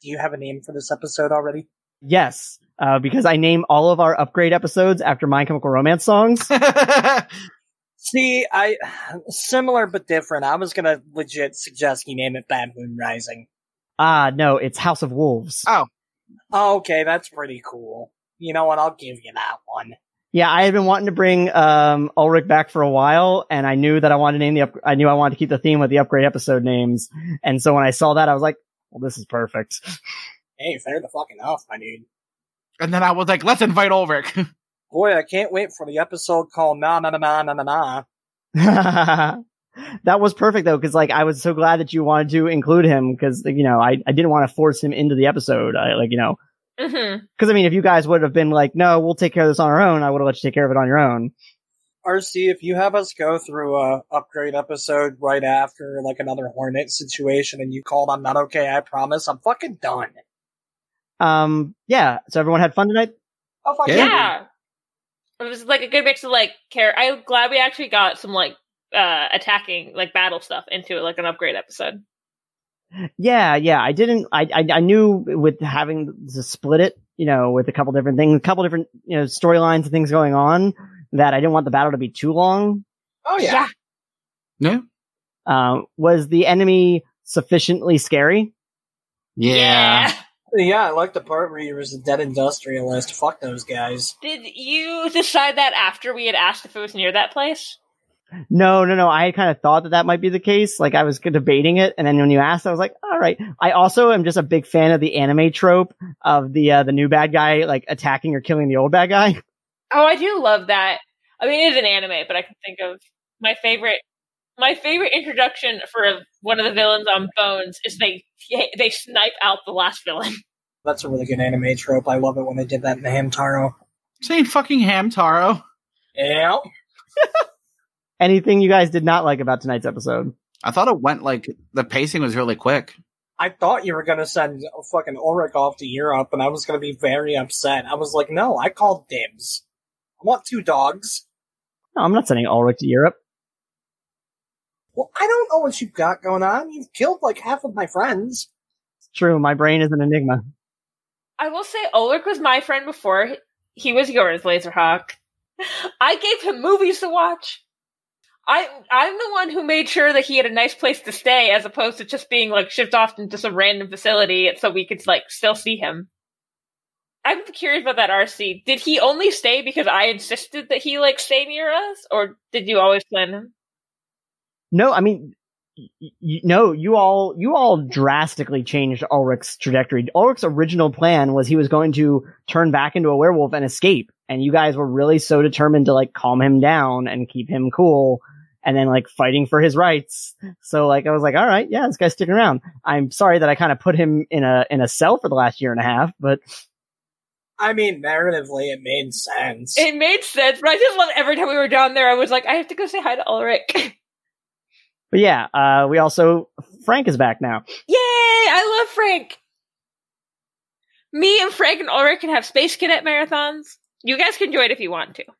F: Do you have a name for this episode already?
C: Yes, uh, because I name all of our upgrade episodes after My Chemical Romance songs.
F: See, I similar but different. I was gonna legit suggest you name it Bad Moon Rising.
C: ah, no, it's House of Wolves.
E: Oh.
F: Okay, that's pretty cool. You know what? I'll give you that one.
C: Yeah, I had been wanting to bring um, Ulrich back for a while, and I knew that I wanted to name the. Up- I knew I wanted to keep the theme with the upgrade episode names, and so when I saw that, I was like, "Well, this is perfect."
F: Hey, fair the fucking off, my dude.
E: and then i was like let's invite ulrich
F: Boy, I can't wait for the episode called Na Na Na Na Na Na Na.
C: that was perfect though, because like I was so glad that you wanted to include him, because you know I, I didn't want to force him into the episode. I like you know
D: hmm
C: because I mean if you guys would have been like, "No, we'll take care of this on our own," I would have let you take care of it on your own.
F: RC, if you have us go through a upgrade episode right after like another Hornet situation, and you called, I'm not okay. I promise, I'm fucking done.
C: Um, yeah. So everyone had fun tonight.
F: I'll fucking
E: Yeah.
D: Yeah. It was like a good mix of like care. I'm glad we actually got some like uh attacking like battle stuff into it, like an upgrade episode.
C: Yeah, yeah. I didn't. I, I I knew with having to split it, you know, with a couple different things, a couple different you know storylines and things going on, that I didn't want the battle to be too long.
F: Oh yeah.
E: no
C: Um, was the enemy sufficiently scary?
E: yeah,
F: Yeah, I like the part where you was a dead industrialist. Fuck those guys.
D: Did you decide that after we had asked if it was near that place?
C: No, no, no. I kind of thought that that might be the case. Like I was debating it, and then when you asked, I was like, "All right." I also am just a big fan of the anime trope of the uh, the new bad guy like attacking or killing the old bad guy.
D: Oh, I do love that. I mean, it is an anime, but I can think of my favorite. My favorite introduction for a, one of the villains on Bones is they they snipe out the last villain.
F: That's a really good anime trope. I love it when they did that in the Hamtaro.
E: Saying fucking Hamtaro.
F: Yeah.
C: Anything you guys did not like about tonight's episode?
E: I thought it went like the pacing was really quick.
F: I thought you were going to send fucking Ulrich off to Europe, and I was going to be very upset. I was like, no, I called dibs. I want two dogs.
C: No, I'm not sending Ulrich to Europe.
F: Well, I don't know what you've got going on. You've killed like half of my friends.
C: It's true. My brain is an enigma.
D: I will say Ulrich was my friend before he- he was yours, Laserhawk. I gave him movies to watch. I I'm the one who made sure that he had a nice place to stay as opposed to just being like shipped off into some random facility so we could like still see him. I'm curious about that RC. Did he only stay because I insisted that he like stay near us or did you always plan him?
C: No, I mean, y- y- no, you all, you all drastically changed Ulrich's trajectory. Ulrich's original plan was he was going to turn back into a werewolf and escape. And you guys were really so determined to like calm him down and keep him cool and then like fighting for his rights. So like, I was like, all right, yeah, this guy's sticking around. I'm sorry that I kind of put him in a, in a cell for the last year and a half, but
F: I mean, narratively, it made sense.
D: It made sense, but I just love every time we were down there I was like, I have to go say hi to Ulrich.
C: But yeah, uh, we also Frank is back now.
D: Yay! I love Frank. Me and Frank and Ulrich can have space cadet marathons. You guys can join if you want to.
C: I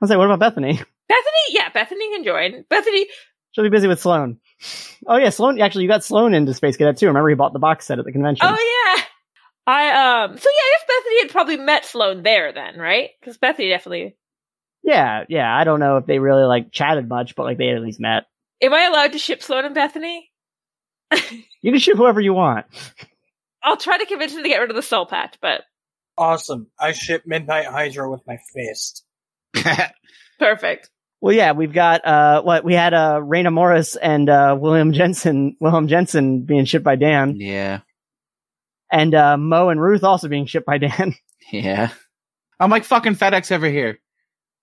C: was like, what about Bethany?
D: Bethany, yeah, Bethany can join. Bethany,
C: She'll be busy with Sloan. Oh yeah, Sloan. Actually, you got Sloan into Space Cadet too. Remember, he bought the box set at the convention.
D: oh yeah. I um. So yeah, I guess Bethany had probably met Sloan there then, right? Because Bethany definitely.
C: yeah, yeah. I don't know if they really like chatted much, but like they at least met.
D: Am I allowed to ship Sloan and Bethany?
C: You can ship whoever you want.
D: I'll try to convince them to get rid of the soul patch, but
F: awesome. I ship Midnight Hydra with my fist.
D: perfect.
C: Well, yeah, we've got uh, what we had uh, Raina Morris and uh, William Jensen, William Jensen being shipped by Dan,
E: yeah.
C: and uh, Mo and Ruth also being shipped by Dan.
E: Yeah. I'm like fucking FedEx over here.